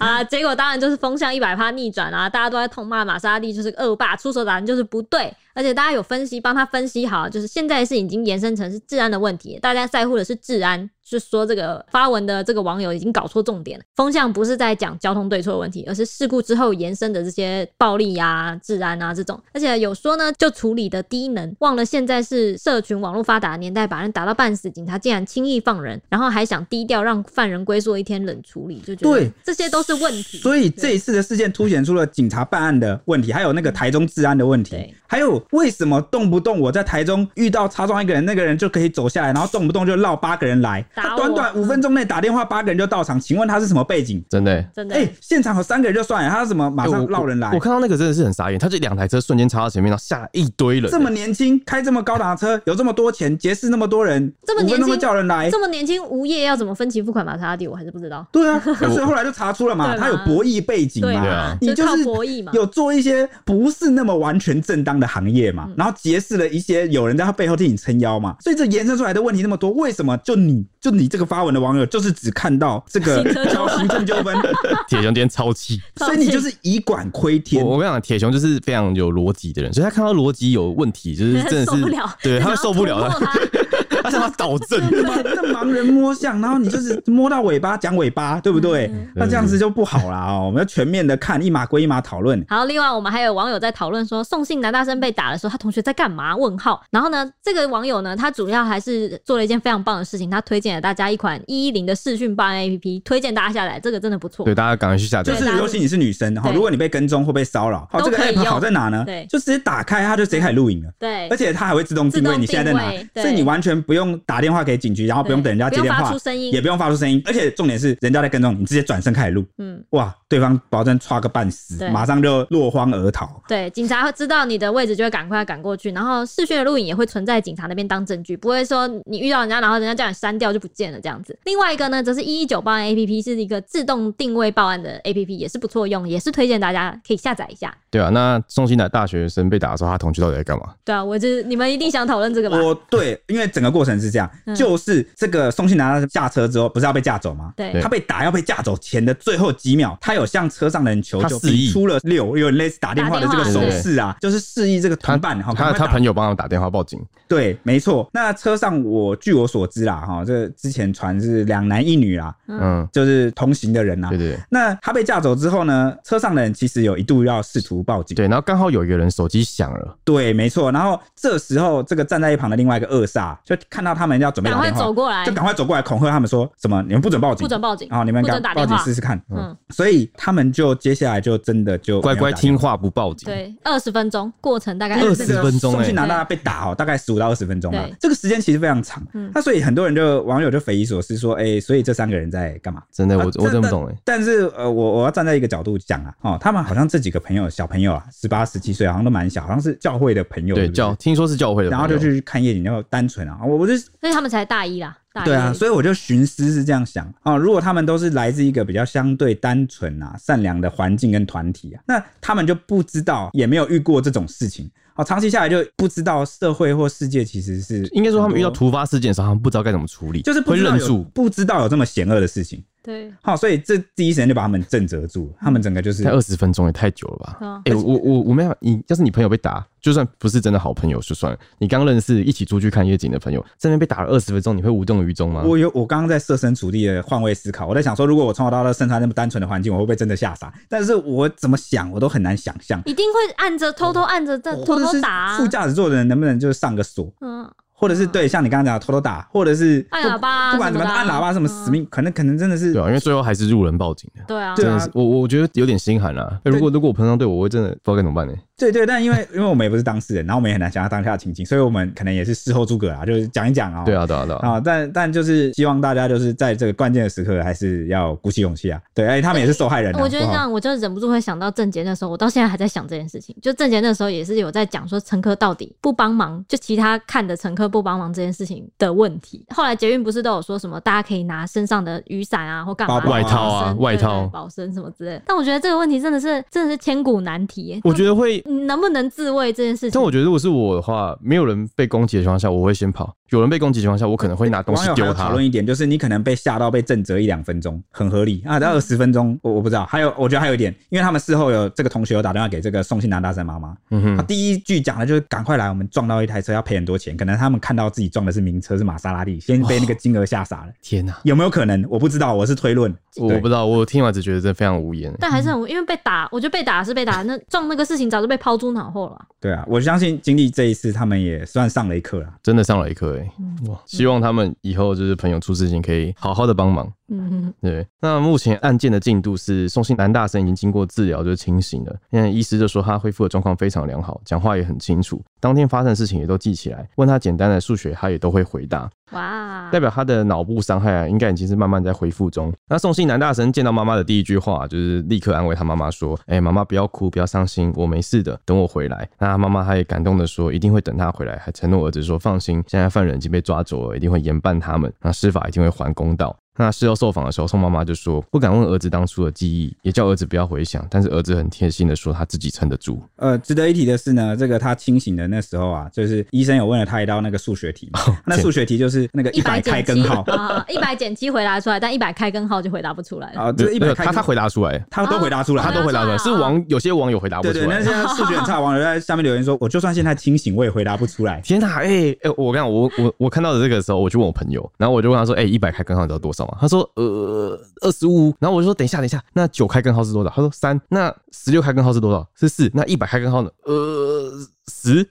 Speaker 1: [LAUGHS] 啊，结果当然就是风向一百趴逆转啊，大家都在痛骂玛莎拉蒂就是个恶霸，出手打人就是不对，而且大家有分析帮他分析好，就是现在是已经延伸成是治安的问题，大家在乎的是治安，是说这个发文的这个网友已经搞错重点了，风向不是在讲交通对错的问题，而是事故之后延伸的这些暴力呀、治安啊这种，而且有说呢就处理的低能，忘了现在是社群网络发达的年代，把人打到半死，警察竟然轻易放人，然后还想低调让犯人龟缩一天冷处理，就觉得
Speaker 3: 对
Speaker 1: 这些都是问题。
Speaker 3: 所以这一次的事件凸显出了警察办案的问题，还有那个台中治安的问
Speaker 1: 嗯
Speaker 3: 题
Speaker 1: 对，
Speaker 3: 还有为什么动不动我在台中遇到擦撞一个人，那个人就可以走下来，然后动不动就绕八个人来，
Speaker 1: 打
Speaker 3: 他
Speaker 1: 我啊
Speaker 3: 短短五分钟内打电话八个人就到场，请问他是什么背景？
Speaker 2: 真的欸。
Speaker 1: 真的、
Speaker 3: 哎、现场有三个人就算了，他怎么 [LAUGHS] 马
Speaker 2: 欸
Speaker 3: 上
Speaker 2: 我
Speaker 3: 绕人来？
Speaker 2: 我看到那个真的是很傻眼，他就两台车瞬间插到前面，然后下来一堆人。
Speaker 3: 这么年轻，开这么高档的车，有这么多钱，结识那么多人，
Speaker 1: 这么
Speaker 3: 五分
Speaker 1: 年
Speaker 3: 钟
Speaker 1: 轻
Speaker 3: 就叫人来
Speaker 1: 这，么年轻无业要怎么分期付款玛莎拉蒂，我还是不知道。
Speaker 3: 对啊，那所以后来就查出了嘛，
Speaker 1: 对嘛
Speaker 3: 他有博弈背景
Speaker 1: 对
Speaker 3: 嘛，
Speaker 1: 啊，
Speaker 3: 你
Speaker 1: 就
Speaker 3: 就是
Speaker 1: 靠
Speaker 3: 是
Speaker 1: 博
Speaker 3: [LAUGHS]
Speaker 1: 弈嘛。 [LAUGHS]
Speaker 3: 有做一些不是那么完全正当的行业
Speaker 1: 嗯
Speaker 3: 嘛，然后结识了一些有人在他背后替你撑腰嘛，所以这延伸出来的问题那么多，为什么就你就你这个发文的网友就是只看到这个
Speaker 1: 行车纠
Speaker 3: 行政
Speaker 1: [LAUGHS]
Speaker 3: 纠纷，
Speaker 2: [LAUGHS] 铁熊今天超气，
Speaker 3: 所以你就是以管窥天
Speaker 2: 我。我跟你讲，铁熊就是非常有逻辑的人，所以他看到逻辑有问题，就是
Speaker 3: [LAUGHS]
Speaker 2: 真的是
Speaker 1: 受不了，
Speaker 2: 对，他会受不
Speaker 1: 想
Speaker 2: 了
Speaker 1: 要突破
Speaker 2: 的，
Speaker 1: 它
Speaker 2: 他想要导
Speaker 3: [LAUGHS]
Speaker 2: 正。
Speaker 3: 那盲人摸象，然后你就是摸到尾巴讲尾巴，对不对？
Speaker 1: 嗯
Speaker 3: 那这样子就不好啦哦，我们要全面的看，一码归一码讨论。
Speaker 1: [LAUGHS] 好，另外我们还有网友在讨论说，宋姓男大生被打的时候，他同学在干嘛？问号。然后呢，这个网友呢，他主要还是做了一件非常棒的事情，他推荐了大家一款一一零的视讯报案 APP，推荐大家下载，这个真的不错
Speaker 2: 对，。大家赶快去下载
Speaker 3: 就。是尤其你是女生哈，
Speaker 1: 对
Speaker 3: 如果你被跟踪或被骚扰，哦，
Speaker 1: 都
Speaker 3: 这个
Speaker 1: 可以
Speaker 3: app 好
Speaker 1: 用
Speaker 3: 在哪呢？
Speaker 1: 对
Speaker 3: 就直接打开它就直接开始录影了。
Speaker 1: 对
Speaker 3: 而，且它还会自动定位你现在在
Speaker 1: 自动定
Speaker 3: 哪，
Speaker 1: 位
Speaker 3: 所以你完全不用打电话给警局，然后不用
Speaker 1: 对
Speaker 3: 等人家接电
Speaker 1: 不用
Speaker 3: 话
Speaker 1: 发出声，音
Speaker 3: 也不用发出声音，而且重点是人家在跟踪你，你直接转身开始录，
Speaker 1: 嗯，
Speaker 3: 哇，对方保证歘个半死，
Speaker 1: 对
Speaker 3: 马上就落荒而逃。
Speaker 1: 对，警察会知道你的位置，就会赶快赶过去。然后视讯的录影也会存在警察那边当证据，不会说你遇到人家，然后人家叫你删掉就不见了这样子。另外一个呢，则是一一九报案 APP 是一个自动定位报案的 APP，也是不错用，也是推荐大家可以下载一下。
Speaker 2: 对啊，那宋新的大学生被打的时候，他同学到底在干嘛？
Speaker 1: 对啊，我就是你们一定想讨论这个吧？
Speaker 3: 我对，因为整个过程是这样，
Speaker 1: 嗯
Speaker 3: 就是这个宋庆南下车之后，不是要被架走吗？
Speaker 1: 对
Speaker 2: 对
Speaker 3: 他被打要被架走前的最后几秒，他有向车上的人求
Speaker 2: 他
Speaker 3: 救，
Speaker 2: 示
Speaker 3: 比
Speaker 2: 意
Speaker 3: 出了六，有点类似打电话的这个
Speaker 1: 打
Speaker 3: 手
Speaker 2: 电话
Speaker 3: 势啊，就是示意这个
Speaker 2: 他
Speaker 3: 同伴哈，
Speaker 2: 他
Speaker 3: 哦赶快
Speaker 2: 他
Speaker 3: 打
Speaker 2: 朋友帮他打电话报警，
Speaker 3: 对，没错。那车上我据我所知啦，哈，这之前传是两男一女啦，
Speaker 2: 嗯，
Speaker 3: 就是同行的人啦
Speaker 2: 对。对对
Speaker 3: 那他被架走之后呢，车上的人其实有一度要试图报警，
Speaker 2: 对，然后刚好有一个人手机响了，
Speaker 3: 对，没错。然后这时候，这个站在一旁的另外一个恶煞就看到他们要准备
Speaker 1: 赶
Speaker 3: 打
Speaker 1: 快
Speaker 3: 电话，
Speaker 1: 走过来
Speaker 3: 就，赶快走过来恐吓他们说什么你们不准报警，
Speaker 1: 不准报警，
Speaker 3: 啊、你们
Speaker 1: 不
Speaker 3: 敢
Speaker 1: 准打
Speaker 3: 报
Speaker 1: 电
Speaker 3: 警
Speaker 1: 话
Speaker 3: 试。试看。
Speaker 1: 嗯，
Speaker 3: 所以他们就接下来就真的就
Speaker 2: 乖乖
Speaker 3: 没有打电
Speaker 2: 听
Speaker 3: 话。
Speaker 2: 话不报警。
Speaker 1: 对，二十分钟过程大概
Speaker 2: 因为
Speaker 1: 20
Speaker 2: 这20分钟欸
Speaker 3: 哎送去拿大家被打哦，大概十五到二十分钟吧
Speaker 1: 对。
Speaker 3: 这个时间其实非常长
Speaker 1: 嗯，
Speaker 3: 那所以很多人就网友就匪夷所思说，哎，所以这三个人在干嘛？
Speaker 2: 真的，我
Speaker 3: 啊
Speaker 2: 我真的不懂哎
Speaker 3: 但。但是呃，我我要站在一个角度讲啊，哦，他们好像这几个朋友小朋友啊，十八十七岁，好像都蛮小，好像是教会的朋友，
Speaker 2: 对，
Speaker 3: 不
Speaker 2: 教听说是教会的朋
Speaker 3: 然
Speaker 2: 友，
Speaker 3: 后就去看夜景，然后单纯啊，我我就
Speaker 1: 所以他们才大一啦，大一
Speaker 3: 对啊，
Speaker 1: 而已
Speaker 3: 所以我就寻思是这样想啊、哦，如果他们都是来自一个比较相对单纯啊、善良的环境跟团体啊，那他们就不知道，也没有遇过这种事情。哦，长期下来就不知道社会或世界其实是
Speaker 2: 应该说他们遇到
Speaker 3: 很多
Speaker 2: 突发事件的时候，他们不知道该怎么处理，
Speaker 3: 就是不
Speaker 2: 会
Speaker 3: 知道
Speaker 2: 愣
Speaker 3: 有
Speaker 2: 住。
Speaker 3: 不知道有这么险恶的事情。
Speaker 1: 对，
Speaker 3: 好、所以这第一时间就把他们震慑住了，他们整个就是
Speaker 2: 才二十分钟也太久了吧？哎、
Speaker 1: 嗯
Speaker 2: 我我我我没有，你要是你朋友被打，就算不是真的好朋友就算了，你刚认识一起出去看夜景的朋友，这边被打了二十分钟，你会无动于衷吗？
Speaker 3: 我有，我刚刚在设身处地的换位思考，我在想说，如果我从小到大生长在那么单纯的环境，我会不会真的吓傻？但是我怎么想，我都很难想象，
Speaker 1: 一定会按着偷偷按着再
Speaker 3: 哦或
Speaker 1: 偷
Speaker 3: 者
Speaker 1: 偷
Speaker 3: 是
Speaker 1: 打啊，
Speaker 3: 副驾驶座的人能不能就是上个锁，
Speaker 1: 嗯，
Speaker 3: 或者是对像你刚刚讲的偷偷打，或者是
Speaker 1: 按喇叭
Speaker 3: 不不管怎么
Speaker 1: 什么的啊
Speaker 3: 按喇叭什
Speaker 1: 嗯
Speaker 3: 么死命，可能可能真的是
Speaker 2: 对啊，因为最后还是路人报警的，
Speaker 1: 对啊，
Speaker 3: 对
Speaker 2: 真
Speaker 3: 啊
Speaker 2: 的是我我觉得有点心寒啦。欸如果如果我碰上对我，我会真的不知道该怎么办呢。
Speaker 3: 对对，但因为因为我们也不是当事人，然后我们也很难想象当下的情景，所以我们可能也是事后诸葛啦，就是讲一讲啊、
Speaker 2: 对啊，对啊，对啊，
Speaker 3: 啊、但但就是希望大家就是在这个关键的时刻，还是要鼓起勇气啊。对，哎、他们也是受害人、啊。
Speaker 1: 我觉得这
Speaker 3: 不好
Speaker 1: 样，我就忍不住会想到郑杰那时候，我到现在还在想这件事情。就郑杰那时候也是有在讲说，乘客到底不帮忙，就其他看的乘客不帮忙这件事情的问题。后来捷运不是都有说什么，大家可以拿身上的雨伞啊，或干嘛
Speaker 3: 包包
Speaker 1: 保身
Speaker 3: 啊
Speaker 2: 外套啊
Speaker 1: 对
Speaker 2: 外
Speaker 1: 对
Speaker 2: 套
Speaker 1: 保身什么之类的。但我觉得这个问题真的是真的是千古难题耶。
Speaker 2: 我觉得会。
Speaker 1: 你能不能自卫这件事情，
Speaker 2: 但我觉得，如果是我的话，没有人被攻击的情况下，我会先跑；有人被攻击的情况下，我可能会拿东
Speaker 3: 网
Speaker 2: 西
Speaker 3: 友还
Speaker 2: 丢
Speaker 3: 有
Speaker 2: 他
Speaker 3: 讨。论一点，就是你可能被吓到被震折一两分钟，很合理
Speaker 2: 嗯
Speaker 3: 啊。到二十分钟，我我不知道。还有，我觉得还有一点，因为他们事后有这个同学有打电话给这个送信男大生妈妈，
Speaker 2: 嗯
Speaker 3: 他
Speaker 2: 哼，
Speaker 3: 第一句讲的就是赶快来，我们撞到一台车要赔很多钱，可能他们看到自己撞的是名车是玛莎拉蒂，先被那个金额吓傻了。
Speaker 2: 天哪，
Speaker 3: 有没有可能？我不知道，我是推论。
Speaker 2: 哦我
Speaker 3: 对嗯
Speaker 2: 我不知道，我听完只觉得真的非常无言。
Speaker 1: 但还是很，因为被打，我觉得被打是被打，那撞那个事情早就被抛诸脑后了啊。
Speaker 3: 对啊，我相信经历这一次，他们也算上了一课啦。
Speaker 2: 真的上了一课哎、哇！希望他们以后就是朋友出事情可以好好的帮忙。
Speaker 1: 嗯，
Speaker 2: 对，那目前案件的进度是宋姓男大生已经经过治疗就是清醒了，因为医师就说他恢复的状况非常良好，讲话也很清楚，当天发生的事情也都记起来，问他简单的数学他也都会回答，
Speaker 1: 哇
Speaker 2: 代，表他的脑部伤害啊，应该已经是慢慢在恢复中。那宋姓男大神见到妈妈的第一句话就是立刻安慰他妈妈说：“哎、妈妈不要哭，不要伤心，我没事的，等我回来。”那妈妈她也感动的说：“一定会等他回来。”还承诺儿子说：“放心，现在犯人已经被抓走了，一定会严办他们，那司法一定会还公道。”那事后受访的时候，宋妈妈就说：“不敢问儿子当初的记忆，也叫儿子不要回想，但是儿子很贴心的说他自己撑得住。
Speaker 3: 呃，值得一提的是呢，这个他清醒的那时候啊，就是医生有问了他一道那个数学题嘛，
Speaker 2: 哦
Speaker 3: 那数学题就是那个一百开根号
Speaker 1: 啊，一百减七回答出来，但一百开根号就回答不出来了。
Speaker 3: 啊，这一
Speaker 2: 没
Speaker 3: 百
Speaker 2: 有
Speaker 3: 开
Speaker 2: 他
Speaker 3: 根
Speaker 2: 他回答出来，
Speaker 3: 他都回答出来，
Speaker 1: 哦
Speaker 2: 他都回答出来，
Speaker 1: 啊
Speaker 2: 是网有些网友回答不
Speaker 3: 对
Speaker 2: 出来。
Speaker 3: 对，那现在数学很差，网友在下面留言说，我就算现在清醒，我也回答不出来。
Speaker 2: 天哪！哎、欸、我跟你讲，我我我看到的这个时候，我就问我朋友，然后我就问他说：“哎、欸，一百开根号你知道多少吗？”他说：“呃，二十五。”然后我就说：“等一下，等一下，那九开根号是多少？”他说：“三。”那十六开根号是多少？是四。那一百开根号呢？呃，十。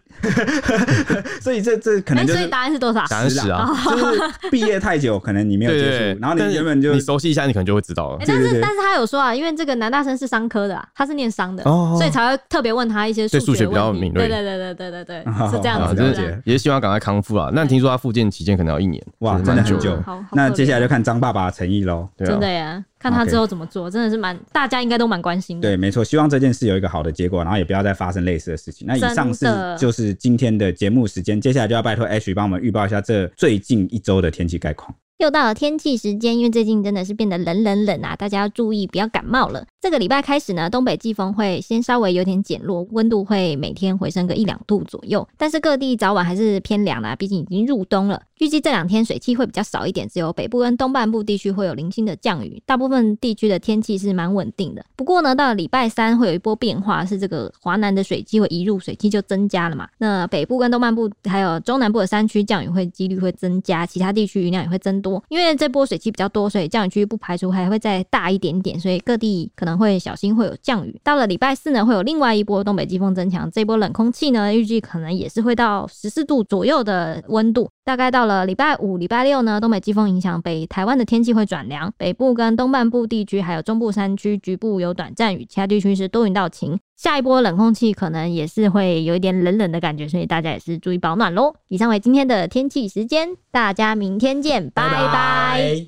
Speaker 3: 所以这这可
Speaker 1: 哎，
Speaker 3: 能就
Speaker 1: 所以哦
Speaker 3: 是
Speaker 1: 答案是多少？
Speaker 2: 答案是十啊。
Speaker 3: 就是毕业太久，可能你没有
Speaker 2: 对对
Speaker 3: 接
Speaker 2: 对
Speaker 3: 触，，然后你
Speaker 2: 但是
Speaker 3: 原本就
Speaker 2: 你熟悉一下，你可能就会知道了
Speaker 1: 哎、。
Speaker 3: 对
Speaker 1: 但
Speaker 3: 对
Speaker 1: 是
Speaker 3: 对
Speaker 1: 但是他有说啊，因为这个男大生是商科的、啊，他是念商的，
Speaker 2: 哦
Speaker 1: 所以才会特别问他一些
Speaker 2: 对数
Speaker 1: 学
Speaker 2: 学比较
Speaker 1: 问题
Speaker 2: 敏锐
Speaker 1: 对对对对对对对，
Speaker 3: [LAUGHS] 好
Speaker 1: 是这样
Speaker 2: 啊，
Speaker 1: 子
Speaker 2: 就
Speaker 1: 的。
Speaker 3: 了
Speaker 1: 这样
Speaker 2: 是
Speaker 3: 解
Speaker 2: 也希望赶快康复啦。那听说他复健期间可能要一年，
Speaker 3: 哇
Speaker 2: 是
Speaker 3: 真的
Speaker 2: 蛮
Speaker 3: 很久
Speaker 2: 的
Speaker 1: 好好可怜哦嗯
Speaker 3: 那接下来就看张爸爸的诚意喽。
Speaker 2: 对啊
Speaker 1: 真的耶，看他之后怎么做，真的是蛮大家应该都蛮关心的。
Speaker 3: 对，没错，希望这件事有一个好的结果，然后也不要再发生类似的事情。那以上是
Speaker 1: 真的
Speaker 3: 就是今天的节目时间，接下来就要拜托 H 帮我们预报一下这最近一周的天气概况。
Speaker 4: 又到了天气时间，因为最近真的是变得冷冷冷啊，大家要注意不要感冒了。这个礼拜开始呢，东北季风会先稍微有点减弱，温度会每天回升个一两度左右，但是各地早晚还是偏凉啦、毕竟已经入冬了。预计这两天水汽会比较少一点，只有北部跟东半部地区会有零星的降雨，大部分地区的天气是蛮稳定的。不过呢，到了礼拜三会有一波变化，是这个华南的水汽会移入，水汽就增加了嘛。那北部跟东半部还有中南部的山区降雨会几率会增加，其他地区雨量也会增多。因为这波水汽比较多，所以降雨区不排除还会再大一点点，所以各地可能会小心会有降雨。到了礼拜四呢，会有另外一波东北季风增强，这波冷空气呢，预计可能也是会到十四度左右的温度。大概到了礼拜五、礼拜六呢，东北季风影响北台湾的天气会转凉，北部跟东半部地区还有中部山区局部有短暂雨，其他地区是多云到晴。下一波冷空气可能也是会有一点冷冷的感觉，所以大家也是注意保暖喽。以上为今天的天气时间，大家明天见，拜拜。